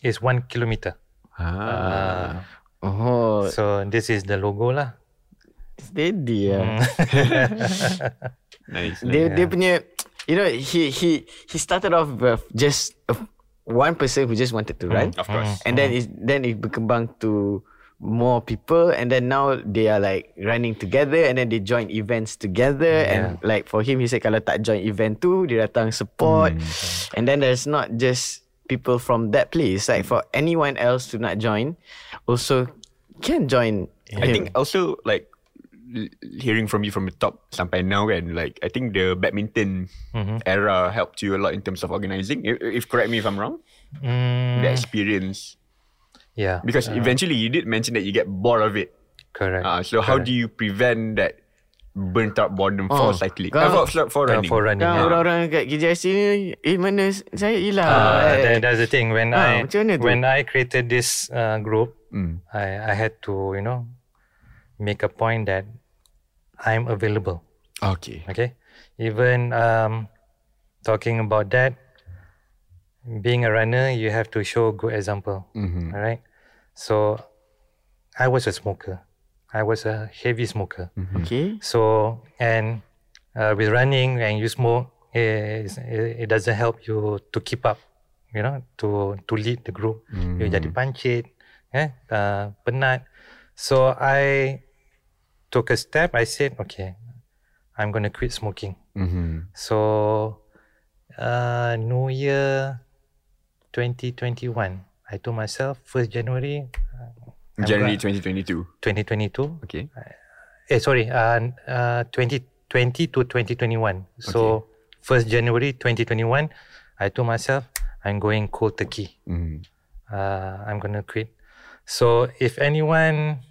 Speaker 3: is one kilometer.
Speaker 2: ah.
Speaker 3: Uh,
Speaker 1: (laughs) Oh,
Speaker 3: so this is the logo lah. Mm.
Speaker 1: steady
Speaker 3: Hmm.
Speaker 1: lah.
Speaker 2: Nice.
Speaker 1: Dia dia punya you know he he he started off with just a, one person who just wanted to run.
Speaker 2: Mm, Of course. Mm.
Speaker 1: And then it then it berkembang to more people and then now they are like running together and then they join events together and like for him he said kalau tak join event tu dia datang support
Speaker 2: Mm.
Speaker 1: and then there's not just people from that place like for anyone else to not join also can join
Speaker 2: I
Speaker 1: him.
Speaker 2: think also like l- hearing from you from the top sampai now kan, like I think the badminton
Speaker 3: Mm-hmm.
Speaker 2: era helped you a lot in terms of organizing. If, if correct me if I'm wrong,
Speaker 3: Mm,
Speaker 2: the experience
Speaker 3: yeah,
Speaker 2: because eventually you did mention that you get bored of it.
Speaker 3: correct.
Speaker 1: Ah.
Speaker 2: Uh, so how do you prevent that burnt out boredom
Speaker 1: Oh,
Speaker 2: for cycling?
Speaker 1: kan.
Speaker 2: Uh, for, for, for
Speaker 3: Uh,
Speaker 2: running.
Speaker 3: for running.
Speaker 1: Kan
Speaker 3: yeah.
Speaker 1: orang-orang kat KJIC ni Eh mana s- saya hilang
Speaker 2: Ah,
Speaker 3: Uh,
Speaker 1: Eh,
Speaker 3: that, that's the thing. When
Speaker 1: Ah,
Speaker 3: I
Speaker 1: macam mana tu?
Speaker 3: when I created this uh, group,
Speaker 2: Mm.
Speaker 3: I I had to you know make a point that I'm available.
Speaker 2: Okay.
Speaker 3: Okay, even um, talking about that, being a runner, you have to show good example.
Speaker 2: Mhm.
Speaker 3: All right. So, I was a smoker. I was a heavy smoker.
Speaker 1: Okay
Speaker 3: So and uh, with running and you smoke, eh, it's- it, it doesn't help you to keep up, you know, to to lead the group. You jadi
Speaker 2: Mm.
Speaker 3: pancit, eh, uh, penat. So I took a step. I said, okay, I'm gonna quit smoking.
Speaker 2: Mhm.
Speaker 3: So uh, New Year 2021, I told myself first January uh, I'm
Speaker 2: January
Speaker 3: glad-
Speaker 2: 2022.
Speaker 3: 2022,
Speaker 2: Okay.
Speaker 3: Eh, sorry, uh, n- uh, 2020 to 2021. So, 1st January 2021, I told myself, I'm going cold turkey.
Speaker 2: Mm.
Speaker 3: Uh, I'm going to quit. So, if anyone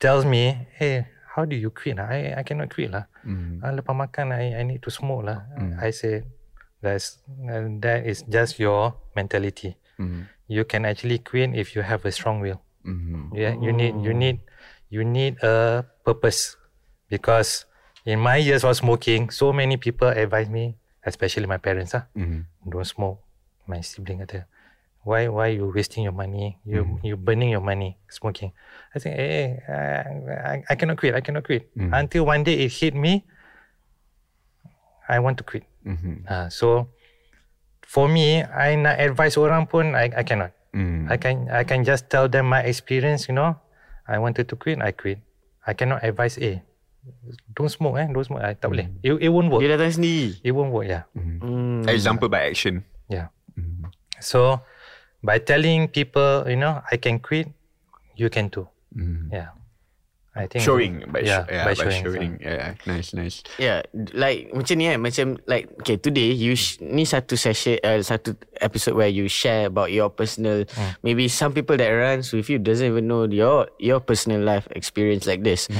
Speaker 3: tells me, hey, how do you quit? lah? I, I cannot quit. Lah.
Speaker 2: Mm.
Speaker 3: Ah, lepas makan, I, I need to smoke. Lah. I said, That's, uh, that is just your mentality.
Speaker 2: Mm.
Speaker 3: You can actually quit if you have a strong will.
Speaker 2: Mhm.
Speaker 3: Yeah, you need you need you need a purpose because in my years of smoking, so many people advise me, especially my parents, ah,
Speaker 2: Mhm.
Speaker 3: don't smoke. My sibling kata, why why you wasting your money? You you burning your money smoking. I think, eh, eh, I, I cannot quit. I cannot quit until one day it hit me. I want to quit.
Speaker 2: Mhm.
Speaker 3: Ah, so for me, I nak advise orang pun, I I cannot.
Speaker 2: Mm.
Speaker 3: I can I can just tell them my experience, you know. I wanted to quit, I quit. I cannot advise eh. Don't smoke eh, don't smoke. I tak boleh. It, it won't
Speaker 1: Dia
Speaker 3: work.
Speaker 1: datang sendiri
Speaker 3: It won't work, yeah.
Speaker 1: hmm.
Speaker 2: Example by action.
Speaker 3: Mm.
Speaker 2: Mm-hmm.
Speaker 3: Yeah. So by telling people, you know, I can quit, you can too. Yeah. I think
Speaker 2: Showing by,
Speaker 3: Mm-hmm. yeah,
Speaker 2: yeah, yeah, by, showing. Yeah, nice, nice.
Speaker 1: Yeah, ya, like macam ni kan, macam like okay today you sh- ni satu session uh, satu episode where you share about your personal maybe some people that runs with you doesn't even know your your personal life experience like this.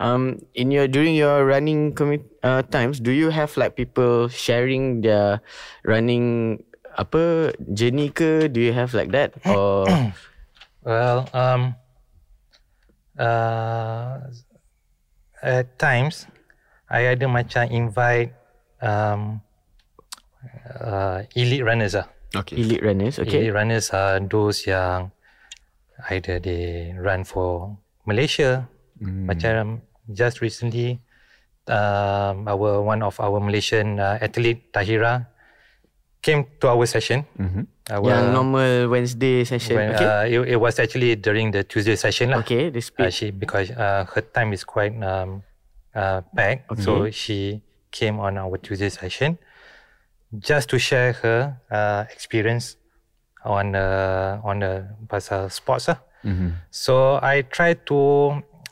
Speaker 1: Um in your during your running commu- uh, times do you have like people sharing their running apa journey ke do you have like that or
Speaker 3: Well, um, uh, at times, I ada macam invite um, uh, elite runners lah.
Speaker 2: Okay.
Speaker 1: elite runners okay
Speaker 3: Elite runners are those yang either they run for Malaysia, macam just recently, um, our one of our Malaysian uh, athlete Tahira came to our session. Mm-hmm. Our,
Speaker 1: yang normal Wednesday session
Speaker 3: when,
Speaker 1: okay
Speaker 3: uh, it, it was actually during the Tuesday session lah.
Speaker 1: okay this
Speaker 3: Uh,
Speaker 1: speech
Speaker 3: she because uh, her time is quite um, uh, packed, so she came on our Tuesday session just to share her uh, experience on uh, on the pasal sports lah. So I try to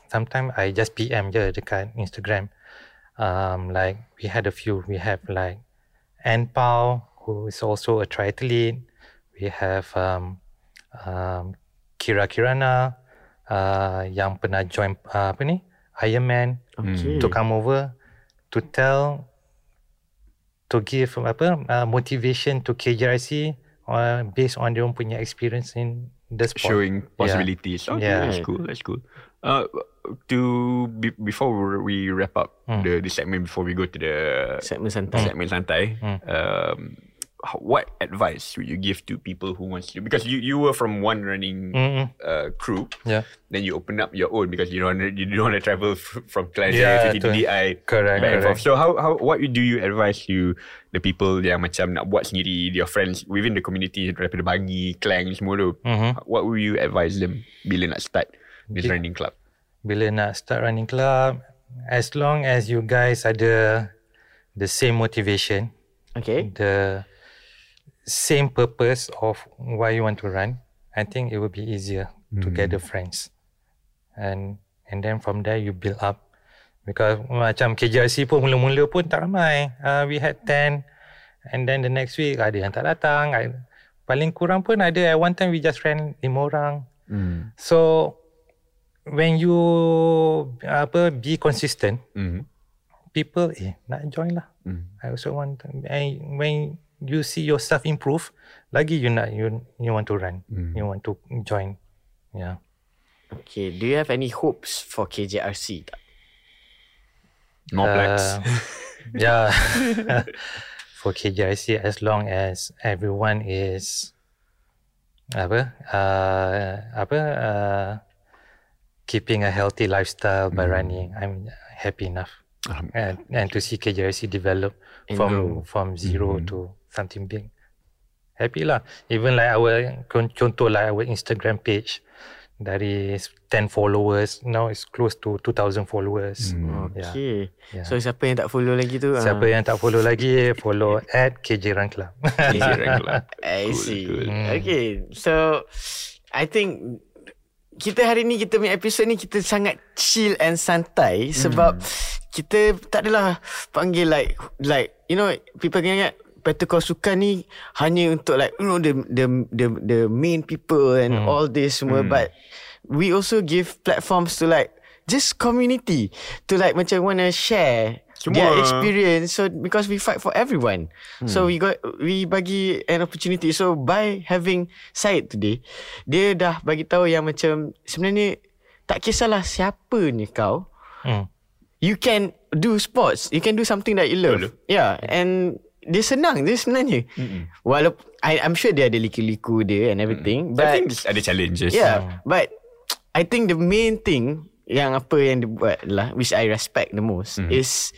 Speaker 3: sometimes I just PM je dekat Instagram. Um, like we had a few, we have like Ann Pao, who is also a triathlete. We have um, um, Kira Kirana uh, yang pernah join uh, apa ni Ironman
Speaker 1: okay
Speaker 3: to come over to tell to give apa uh, motivation to KJRC uh, based on their punya experience in the sport.
Speaker 2: Showing possibilities. Okay,
Speaker 3: Yeah.
Speaker 2: that's cool. That's cool. Uh, to be, before we wrap up
Speaker 3: Mm.
Speaker 2: the, the segment, before we go to the
Speaker 1: segmen santai
Speaker 2: segment santai,
Speaker 3: Mm.
Speaker 2: um, how- what advice would you give to people who wants to? Because you, you were from one running
Speaker 3: Mm.
Speaker 2: uh, crew,
Speaker 3: Yeah.
Speaker 2: then you open up your own because you don't wanna- you don't want to travel f- from Klang Jaya
Speaker 3: Yeah,
Speaker 2: to
Speaker 3: tu.
Speaker 2: TDI
Speaker 3: Correct,
Speaker 2: back and forth.
Speaker 3: correct.
Speaker 2: So how how what do you advise you the people yang macam nak buat sendiri your friends within the community daripada Bangi, Klang semua tu.
Speaker 1: Hmm.
Speaker 2: What would you advise them bila nak start this running club?
Speaker 3: bila nak start running club as long as you guys ada the same motivation
Speaker 1: okay
Speaker 3: the same purpose of why you want to run i think it will
Speaker 2: Mm.
Speaker 3: be easier to gather friends and and then from there you build up Because macam KJRC pun mula-mula pun tak ramai. Uh, we had 10 and then the next week ada yang tak datang. I, paling kurang pun ada at one time we just ran 5 orang.
Speaker 2: Mm.
Speaker 3: So when you apa be consistent,
Speaker 2: Mm.
Speaker 3: people eh nak join lah.
Speaker 2: Mm.
Speaker 3: I also want and when you see yourself improve, lagi you nak you you want to run,
Speaker 2: Mm.
Speaker 3: you want to join. Yeah. Hmm.
Speaker 1: Okay, do you have any hopes for KJRC tak?
Speaker 2: Norplex. (laughs)
Speaker 3: Uh, yeah. (laughs) For KJRC, as long as everyone is apa uh, apa uh, keeping a healthy lifestyle by running, I'm happy enough.
Speaker 1: Uh,
Speaker 2: Um,
Speaker 3: And, and to see KJRC develop
Speaker 1: And
Speaker 3: from
Speaker 1: grow.
Speaker 3: from
Speaker 1: Mm-hmm.
Speaker 3: 0 to something big. Happy lah. Even like our con- contoh like our Instagram page dari 10 followers now it's close to 2000 followers. Hmm. Yeah.
Speaker 1: Okay. Mm.
Speaker 3: Yeah.
Speaker 1: So siapa yang tak follow lagi tu?
Speaker 3: Siapa yang tak follow lagi Follow at KJ Run Club
Speaker 2: Easy
Speaker 1: (laughs)
Speaker 2: regular.
Speaker 1: I
Speaker 2: Cool,
Speaker 1: see.
Speaker 2: cool.
Speaker 3: Hmm.
Speaker 1: Okay, so I think kita hari ni kita punya episod ni kita sangat chill and santai sebab kita tak adalah panggil like like you know people can ingat Better Call Sukan ni hanya untuk like you know the the the the main people and all this semua but we also give platforms to like just community to like macam wanna share their
Speaker 2: Semua.
Speaker 1: experience experience so because we fight for everyone
Speaker 2: Hmm.
Speaker 1: so we got we bagi an opportunity so by having Syed today dia dah bagi tahu yang macam sebenarnya tak kisahlah siapa ni kau
Speaker 3: (laughs) hmm.
Speaker 1: you can do sports you can do something that you love
Speaker 2: Betul.
Speaker 1: yeah and dia senang dia sebenarnya walaupun I, I'm sure dia ada liku-liku dia and everything but
Speaker 2: I think it's ada challenges.
Speaker 1: Yeah, but I think the main thing yang apa yang dia buat lah which I respect the most
Speaker 2: Mm-hmm.
Speaker 1: mm. is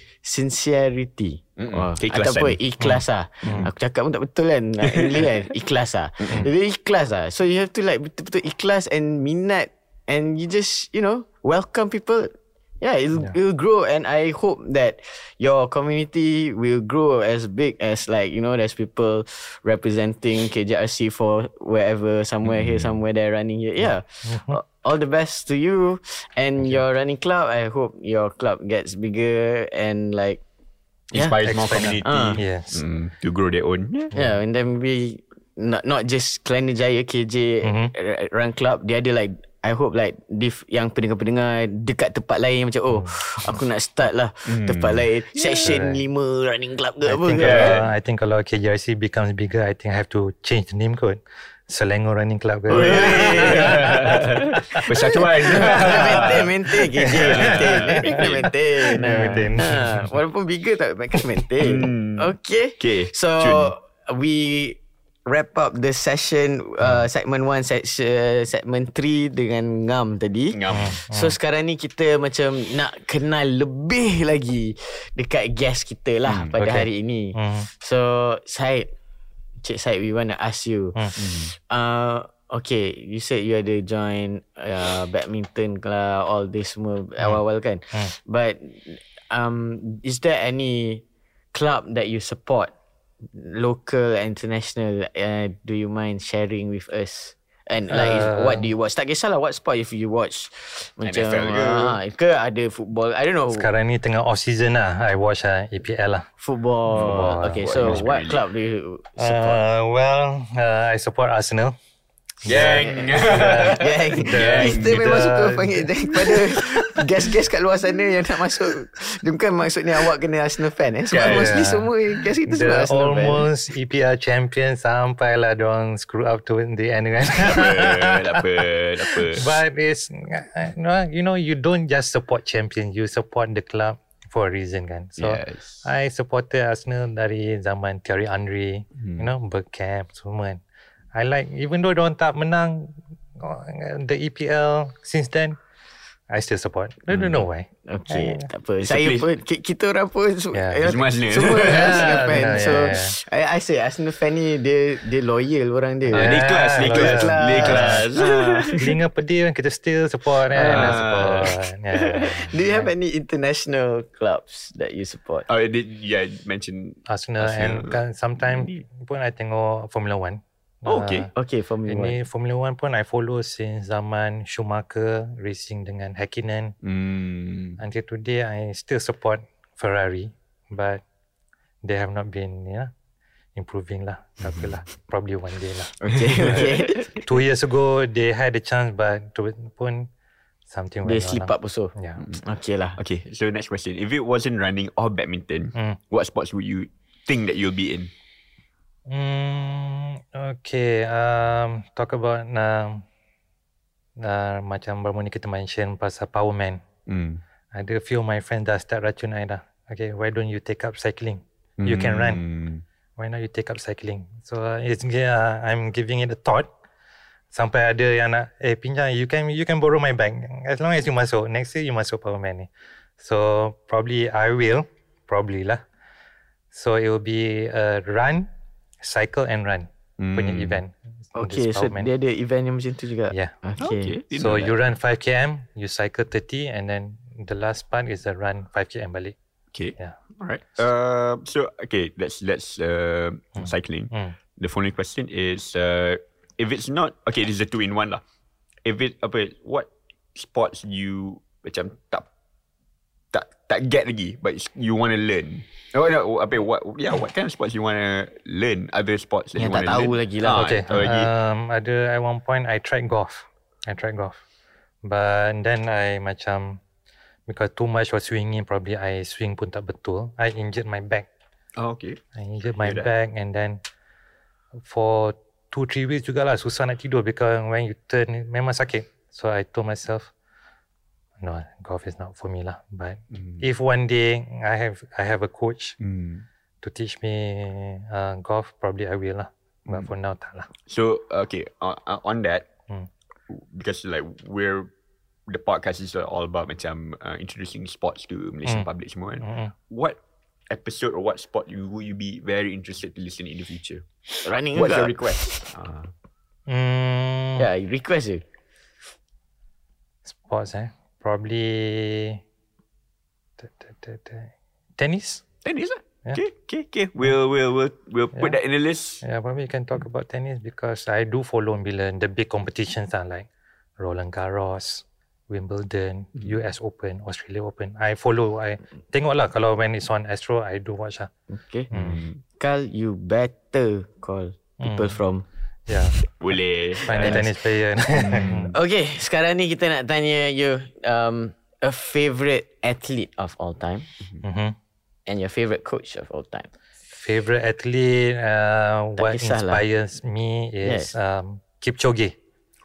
Speaker 1: sincerity.
Speaker 2: Mm-mm.
Speaker 1: Wah,
Speaker 2: Keikhlasan.
Speaker 1: Ataupun ikhlas lah. Aku cakap pun tak betul (laughs) kan. Nak English kan. Ikhlas lah. Jadi ikhlas lah. So you have to like betul-betul ikhlas and minat and you just, you know, welcome people. Yeah, it'll, yeah. it'll grow and I hope that your community will grow as big as like, you know, there's people representing KJRC for wherever, somewhere here, somewhere there, running here. Yeah. A- All the best to Mm-hmm. you and your running club. I hope your club gets bigger and like
Speaker 2: Inspires more community.
Speaker 3: Expand
Speaker 1: Ah.
Speaker 3: Yes
Speaker 2: Mm, to grow their
Speaker 1: (laughs)
Speaker 2: own. (laughs) Yeah.
Speaker 1: Yeah, and then we not not just Kelana Jaya KJ
Speaker 3: Mhm.
Speaker 1: mm Run Club, dia ada like I hope like diff, yang pendengar-pendengar dekat tempat lain
Speaker 3: (laughs)
Speaker 1: macam oh aku nak start lah tempat lain section 5 running club ke
Speaker 3: Hmm. I
Speaker 1: apa
Speaker 3: think,
Speaker 1: ke.
Speaker 3: kalau, I think kalau KJRC becomes bigger I think I have to change the name kot Selangor Running Club
Speaker 1: Oh,
Speaker 3: kot.
Speaker 1: (laughs)
Speaker 2: Persatuan.
Speaker 1: (laughs) maintain, maintain
Speaker 3: (laughs)
Speaker 1: KJ, maintain, maintain, maintain. Ah.
Speaker 3: Maintain. Hmm.
Speaker 1: Ah, Walaupun bigger tak kena maintain. Okay.
Speaker 2: Okay,
Speaker 1: So we wrap up the session uh, segment 1 section segment 3 dengan ngam tadi.
Speaker 2: Ngam.
Speaker 1: So sekarang ni kita macam nak kenal lebih lagi dekat guest kita lah pada
Speaker 2: okay.
Speaker 1: hari ini. So Syed Cik Syed we want to ask you.
Speaker 2: Hmm.
Speaker 1: Uh, okay, you said you ada join uh, badminton lah all this semua
Speaker 2: Hmm.
Speaker 1: awal-awal kan. But um is there any club that you support local and international uh, do you mind sharing with us? And like uh, what do you watch? Tak kisahlah what sport if you watch macam
Speaker 2: NFL ke?
Speaker 1: ah, ke ada football. I don't know.
Speaker 3: Sekarang ni tengah off season lah I watch uh, EPL lah
Speaker 1: Football. Okay,
Speaker 2: Football,
Speaker 1: so
Speaker 2: English
Speaker 1: what
Speaker 2: Premier League.
Speaker 1: club do you support?
Speaker 3: uh, Well uh, I support Arsenal
Speaker 2: Gang. (laughs)
Speaker 1: Gang
Speaker 2: Gang.
Speaker 1: Kita memang
Speaker 3: Kita-
Speaker 1: suka panggil Gang Pada guest-guest kat luar sana Yang nak masuk Dia Bukan maksudnya awak kena Arsenal fan eh Sebab
Speaker 2: Yeah,
Speaker 1: mostly
Speaker 3: yeah.
Speaker 1: semua guest kita semua
Speaker 3: The
Speaker 1: Arsenal fan
Speaker 3: almost E EPL champion Sampai lah diorang screw up to the
Speaker 1: (laughs)
Speaker 3: end kan
Speaker 2: Tak apa, tak apa.
Speaker 3: But it's no, you know, you don't just support champion, you support the club for a reason kan. So
Speaker 2: Yes.
Speaker 3: I supported Arsenal dari zaman Thierry Henry,
Speaker 1: Hmm.
Speaker 3: you know, Bergkamp semua kan. I like even though don't tak menang oh, the EPL since then, I still support. I
Speaker 1: Hmm.
Speaker 3: don't know why.
Speaker 1: Okay
Speaker 3: I-
Speaker 1: Tak apa Saya
Speaker 2: please.
Speaker 1: pun ki- Kita orang pun sem-
Speaker 3: Yeah.
Speaker 1: eh,
Speaker 2: Semua Arsenal.
Speaker 1: (laughs) Semua Arsenal ya,
Speaker 3: Yeah,
Speaker 1: fan
Speaker 3: yeah,
Speaker 1: So
Speaker 3: yeah,
Speaker 1: I, I say Arsenal fan ni Dia dia loyal orang dia
Speaker 2: Dia kelas, dia
Speaker 3: Ah,
Speaker 2: kelas, dia kelas.
Speaker 3: (laughs) Telinga pedih kan kita still support kan.
Speaker 2: Ah.
Speaker 3: support. kan. Yeah.
Speaker 1: Do you have any international clubs That you support?
Speaker 2: (laughs) Oh, did, yeah, mention
Speaker 3: Arsenal, and
Speaker 2: Arsenal.
Speaker 3: kan sometimes pun I tengok Formula One.
Speaker 2: Oh, okay.
Speaker 1: Okay, Formula One.
Speaker 3: Ini Formula One pun I follow since zaman Schumacher racing dengan Hakkinen.
Speaker 2: Mm.
Speaker 3: Until today, I still support Ferrari, but they have not been ya improving lah.
Speaker 1: Hmm.
Speaker 3: Tak apalah. Probably one day lah.
Speaker 1: (laughs) Okay, okay.
Speaker 3: Two years ago, they had a chance, but tu pun something
Speaker 1: Dia
Speaker 3: went wrong
Speaker 1: slip
Speaker 3: lah.
Speaker 1: up also.
Speaker 3: Yeah.
Speaker 1: Okay lah.
Speaker 2: Okay, so next question. If it wasn't running or badminton,
Speaker 3: Mm.
Speaker 2: what sports would you think that you'll be in?
Speaker 3: Mm, okay. Um, talk about um, uh, macam baru ni kita mention pasal Power Man.
Speaker 2: Mm.
Speaker 3: Ada few of my friends dah start racun I dah. Okay, why don't you take up cycling? You can run. Why not you take up cycling? So uh, it's yeah, I'm giving it a thought. Sampai ada yang nak, eh pinjam, you can you can borrow my bike. As long as you masuk. Next year you masuk Power Man ni. So probably I will. Probably lah. So it will be a run, cycle and run
Speaker 2: Mm.
Speaker 3: punya event.
Speaker 1: Okay,
Speaker 3: This
Speaker 1: so
Speaker 3: Powerman.
Speaker 1: dia ada event yang macam tu juga.
Speaker 3: Yeah.
Speaker 1: Okay.
Speaker 2: Didn't
Speaker 3: So
Speaker 2: know
Speaker 3: you run 5 km, you cycle 30 and then the last part is the run 5 km balik.
Speaker 2: that. okay.
Speaker 3: Yeah.
Speaker 2: All right. Uh, so okay, let's let's uh, cycling.
Speaker 3: Mm.
Speaker 2: The following question is: uh, If it's not okay, this is a two in one lah. If it apa, what sports you macam tak tak tak get lagi, but you want to learn. Oh no, apa what yeah, what kind of sports you want to learn? Other sports that
Speaker 1: Yang tak
Speaker 2: you want to
Speaker 1: tahu
Speaker 2: learn?
Speaker 1: lagi lah.
Speaker 2: Ah,
Speaker 3: Okay.
Speaker 2: tak tahu lagi.
Speaker 3: Um, ada at one point I tried golf. I tried golf. But then I macam because too much was swinging probably I swing pun tak betul. I injured my back.
Speaker 2: Oh, okay.
Speaker 3: I injured my
Speaker 2: Hear that.
Speaker 3: back and then for two three weeks jugalah susah nak tidur because when you turn memang sakit. So I told myself no golf is not for me lah but
Speaker 2: Mm.
Speaker 3: if one day I have I have a coach
Speaker 2: Mm.
Speaker 3: to teach me uh, golf probably I will lah but
Speaker 2: Mm.
Speaker 3: for now tak lah.
Speaker 2: So okay, on, on that,
Speaker 3: Mm.
Speaker 2: because like we're the podcast is all about macam uh, introducing sports to Malaysian
Speaker 3: Mm.
Speaker 2: public semua. Kan?
Speaker 3: Mm-mm.
Speaker 2: What episode or what sport you would you be very interested to listen in the future?
Speaker 1: Running
Speaker 2: What's your
Speaker 1: juga.
Speaker 2: request? Ah,
Speaker 3: Mm,
Speaker 1: Ya, yeah, request je.
Speaker 3: Sports eh probably te- te- te- te- tennis.
Speaker 2: tennis lah.
Speaker 3: Yeah.
Speaker 2: Okay, okay, okay. We'll we'll we'll we'll
Speaker 3: Ya.
Speaker 2: put that in the list.
Speaker 3: Yeah, probably can talk about tennis because I do follow bila the big competitions are like Roland Garros, Wimbledon, US Open, Australia Open. I follow, I tengok lah kalau when it's on Astro, I do watch lah.
Speaker 1: Okay. Carl, you better call people from...
Speaker 3: Yeah,
Speaker 2: Boleh.
Speaker 3: find a tennis player. (laughs)
Speaker 1: Okay, sekarang ni kita nak tanya you um, a favorite athlete of all time
Speaker 3: Mhm.
Speaker 1: and your favorite coach of all time.
Speaker 3: Favorite athlete, uh,
Speaker 1: Tak
Speaker 3: what
Speaker 1: kisahlah.
Speaker 3: inspires me is
Speaker 1: Yes.
Speaker 3: um, Kipchoge.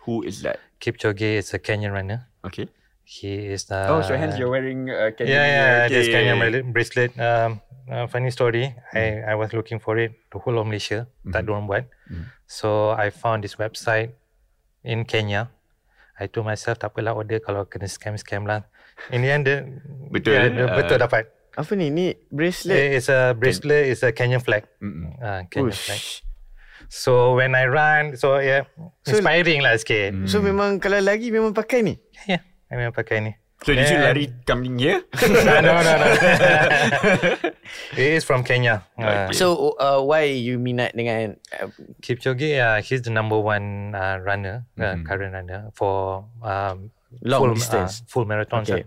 Speaker 2: Who is that?
Speaker 3: Kipchoge is a Kenyan runner.
Speaker 2: Okay.
Speaker 3: He is the
Speaker 2: oh, so hence you're wearing uh, Kenyan.
Speaker 3: Yeah, yeah, Mm.
Speaker 2: okay.
Speaker 3: this Kenya bracelet- bracelet. Um, uh, funny story. I, I was looking for it the whole of Malaysia. Tak ada orang buat. So I found this website in Kenya. I told myself tak apalah order kalau kena scam scam lah. In the end, dia,
Speaker 2: Betul,
Speaker 3: yeah, dia
Speaker 2: uh,
Speaker 3: betul eh? dapat.
Speaker 1: Apa ni? Ni bracelet.
Speaker 3: It's a bracelet. It's a Kenyan flag.
Speaker 2: Mm-mm.
Speaker 3: Uh, Kenyan flag.
Speaker 1: Ush.
Speaker 3: So when I run, so yeah, inspiring lah sikit.
Speaker 1: So memang kalau lagi memang pakai ni?
Speaker 3: Yeah, I memang pakai (laughs) ni.
Speaker 2: So did you
Speaker 3: Then-
Speaker 2: lari coming
Speaker 3: (laughs)
Speaker 2: here?
Speaker 3: no, no, no. (laughs) no. it is from Kenya. Uh,
Speaker 2: Okay.
Speaker 1: So uh, why you minat dengan... Uh,
Speaker 3: Kipchoge, uh, he's the number one uh, runner, uh, current runner for um,
Speaker 1: Mm-hmm. Long
Speaker 3: full, ah.
Speaker 1: distance.
Speaker 3: full marathon.
Speaker 1: Okay.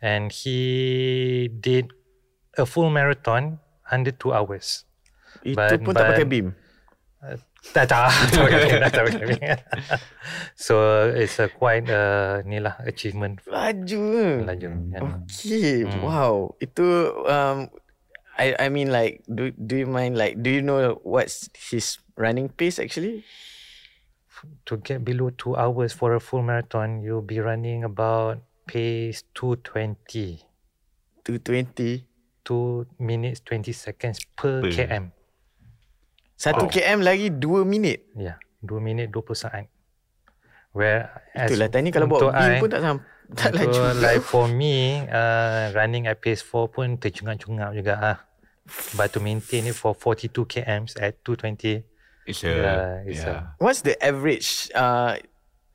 Speaker 3: And he did a full marathon under two hours.
Speaker 1: itu
Speaker 3: Ban-
Speaker 1: pun tak
Speaker 3: ban-
Speaker 1: pakai beam?
Speaker 3: Tak tak, (laughs) tak pakai pin, tak pakai pin. (laughs) so it's a quite uh, ni lah achievement
Speaker 1: Laju ke?
Speaker 3: laju. Yeah.
Speaker 1: Okay,
Speaker 3: Hmm.
Speaker 1: wow. Itu um, I I mean like do do you mind like do you know what's his running pace actually?
Speaker 3: To get below two hours for a full marathon, you'll be running about pace 220.
Speaker 1: 220.
Speaker 3: 2 minutes 20 seconds per,
Speaker 2: Per.
Speaker 3: km.
Speaker 1: 1
Speaker 3: Oh.
Speaker 1: km lagi 2 minit.
Speaker 3: Ya, 2 minit 20 saat. Where
Speaker 1: Itulah tadi kalau buat
Speaker 3: untuk
Speaker 1: beam
Speaker 3: I,
Speaker 1: pun tak sampai tak laju.
Speaker 3: (laughs) untuk Like for me, uh, running at pace 4 pun tercungap-cungap juga ah. But to maintain it for 42 km at 220,
Speaker 2: It's a
Speaker 3: Yeah, it's a-
Speaker 1: What's the average uh,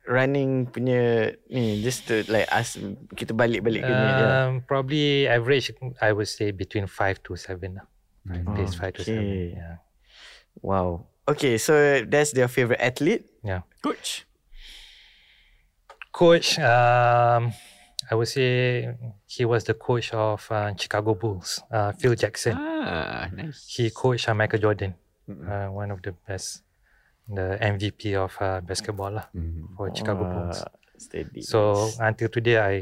Speaker 1: running punya ni just to like ask kita balik-balik ke ni. Yeah.
Speaker 3: um, probably average I ah. would say between 5 to 7 lah. Pace 5 to
Speaker 1: Okay.
Speaker 3: 7. Yeah.
Speaker 1: Wow. Okay, so that's their favorite athlete.
Speaker 3: Yeah.
Speaker 2: Coach.
Speaker 3: Coach, um, I would say he was the coach of uh, Chicago Bulls, uh, Phil Jackson.
Speaker 2: Ah, nice.
Speaker 3: He coached uh, Michael Jordan, uh, one of the best, the MVP of uh, basketball lah
Speaker 2: Mm-hmm.
Speaker 3: for Chicago Bulls.
Speaker 1: Ah, Steady.
Speaker 3: So until today, I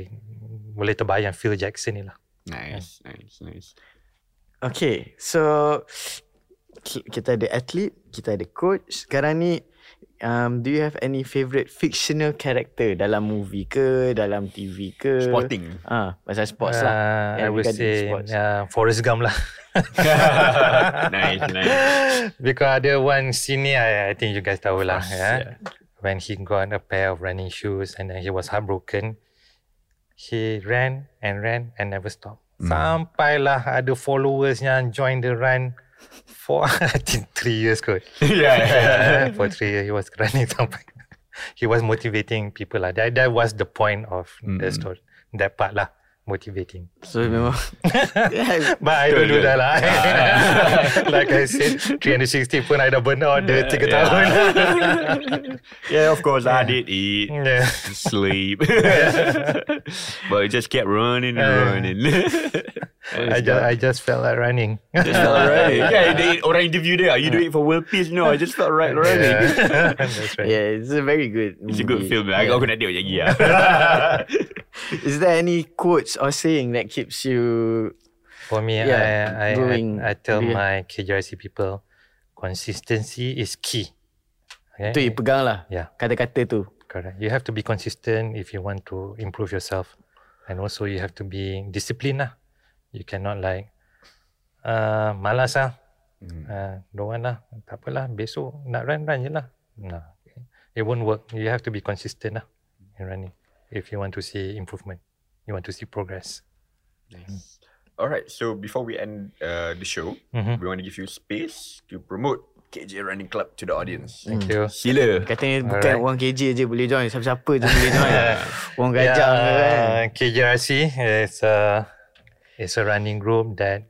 Speaker 3: boleh terbayang Phil Jackson ni lah.
Speaker 2: Nice, nice, nice.
Speaker 1: Okay, so ki- kita ada athlete, kita ada coach. Sekarang ni, um, do you have any favourite fictional character dalam movie ke, dalam TV ke?
Speaker 2: Sporting.
Speaker 1: Ah, pasal sports lah.
Speaker 3: Uh, I
Speaker 1: And
Speaker 3: would
Speaker 1: regarding
Speaker 3: say
Speaker 1: sports.
Speaker 3: uh, Forrest Gump lah.
Speaker 2: (laughs) (laughs) nice, nice.
Speaker 3: Because ada one scene ni I, I think you guys tahu lah
Speaker 2: course,
Speaker 3: yeah?
Speaker 2: yeah.
Speaker 3: When he got a pair of running shoes And then he was heartbroken He ran and ran and never stopped Sampailah ada followers yang join the run For (laughs) I think 3
Speaker 2: (laughs)
Speaker 3: years kot
Speaker 2: yeah, yeah.
Speaker 3: Yeah, For 3 years he was running (laughs) sampai He was motivating people lah That, that was the point of the story That part lah Motivating
Speaker 1: So memang yeah,
Speaker 3: But I don't
Speaker 2: Betul,
Speaker 3: do
Speaker 2: Ah.
Speaker 3: that lah (laughs) Like I said 360 pun I dah burn out Dia 3
Speaker 2: (laughs)
Speaker 3: tahun
Speaker 2: yeah, of course, I did eat,
Speaker 3: Yeah.
Speaker 2: (laughs) sleep. (laughs) but it just kept running and running. (laughs)
Speaker 3: I just I just felt like running.
Speaker 2: just (laughs) felt right. Yeah, they, orang interview dia, you do it for world peace. No, I just felt right running. (laughs)
Speaker 3: Yeah. That's right.
Speaker 1: yeah, it's a very good.
Speaker 2: It's a good
Speaker 1: movie.
Speaker 2: film. I-
Speaker 1: Yeah.
Speaker 2: Aku nak tengok lagi lah.
Speaker 1: Is there any quotes or saying that keeps you?
Speaker 3: For me,
Speaker 1: Yeah,
Speaker 3: I, I,
Speaker 1: going-
Speaker 3: I I tell
Speaker 1: yeah.
Speaker 3: my KJRC people, consistency is key. Okay?
Speaker 1: Tu you pegang lah.
Speaker 3: Yeah.
Speaker 1: Kata-kata tu.
Speaker 3: Correct. You have to be consistent if you want to improve yourself, and also you have to be disciplined. Lah. You cannot like, uh, malas ah, uh, don't want lah, tak apalah, besok nak run run je lah. Nah, it won't work. You have to be consistent lah in running if you want to see improvement. You want to see progress.
Speaker 2: Nice. All right. So before we end uh, the show, we
Speaker 3: Mhm.
Speaker 2: want to give you space to promote KJ Running Club to the audience.
Speaker 3: Thank you.
Speaker 2: Sila.
Speaker 1: Katanya bukan
Speaker 3: Alright.
Speaker 1: orang KJ je boleh join. Siapa-siapa je boleh join. orang gajah ke kan.
Speaker 3: uh, KJRC is a is a running group that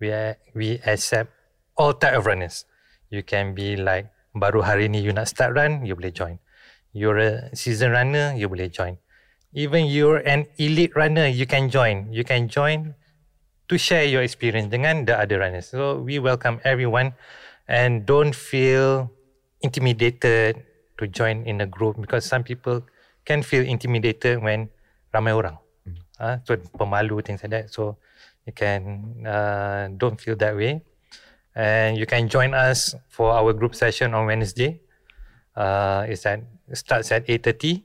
Speaker 3: we a- we accept all type of runners. You can be like baru hari ni you nak start run, you boleh join. You're a season runner, you boleh join. Even you're an elite runner, you can join. You can join to share your experience dengan the other runners. So we welcome everyone and don't feel intimidated to join in a group because some people can feel intimidated when ramai orang. Ah, so pemalu things like that. So you can uh, don't feel that way. And you can join us for our group session on Wednesday. Uh, it's at starts at 8:30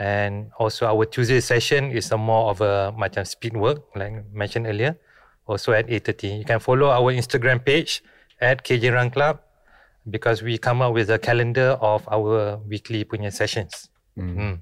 Speaker 3: and also our Tuesday session is a more of a macam speed work like mentioned earlier also at 8:30 you can follow our Instagram page at KJ Run Club because we come up with a calendar of our weekly punya sessions mm.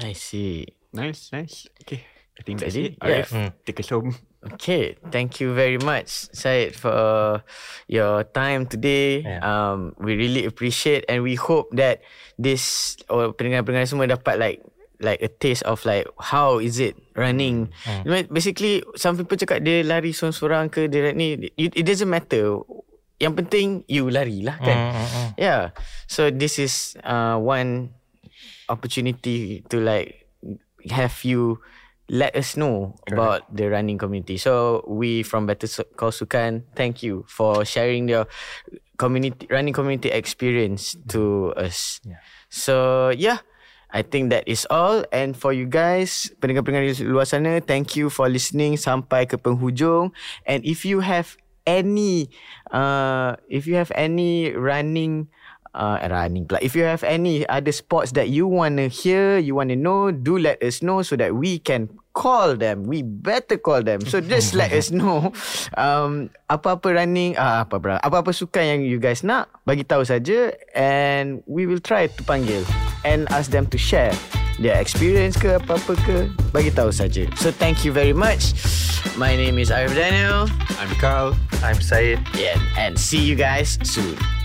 Speaker 1: I see.
Speaker 2: Nice, nice. Okay. I think that's
Speaker 1: Jadi,
Speaker 2: it.
Speaker 1: yeah.
Speaker 2: Arif, take us home.
Speaker 1: Okay, thank you very much, Syed, for uh, your time today.
Speaker 3: Yeah.
Speaker 1: Um, we really appreciate, and we hope that this or pendengar-pendengar semua dapat like like a taste of like how is it running. You know, basically, some people cakap dia lari seorang-seorang ke dia ni. It, it doesn't matter. Yang penting you lari lah
Speaker 3: Hmm.
Speaker 1: kan. Yeah. So this is uh, one opportunity to like have you let us know about the running community. So we from Better Su- Call Sukan, thank you for sharing your community running community experience to us.
Speaker 3: Yeah.
Speaker 1: So yeah, I think that is all. And for you guys, pendengar-pendengar di luar sana, thank you for listening sampai ke penghujung. And if you have any, uh, if you have any running uh, running pula. If you have any other sports that you want to hear, you want to know, do let us know so that we can call them. We better call them. So just let us know um, apa-apa running, ah, apa apa apa-apa sukan yang you guys nak, bagi tahu saja and we will try to panggil and ask them to share their experience ke apa-apa ke, bagi tahu saja. So thank you very much. My name is Arif Daniel
Speaker 2: I'm Carl.
Speaker 3: I'm Syed
Speaker 1: yeah, and see you guys soon.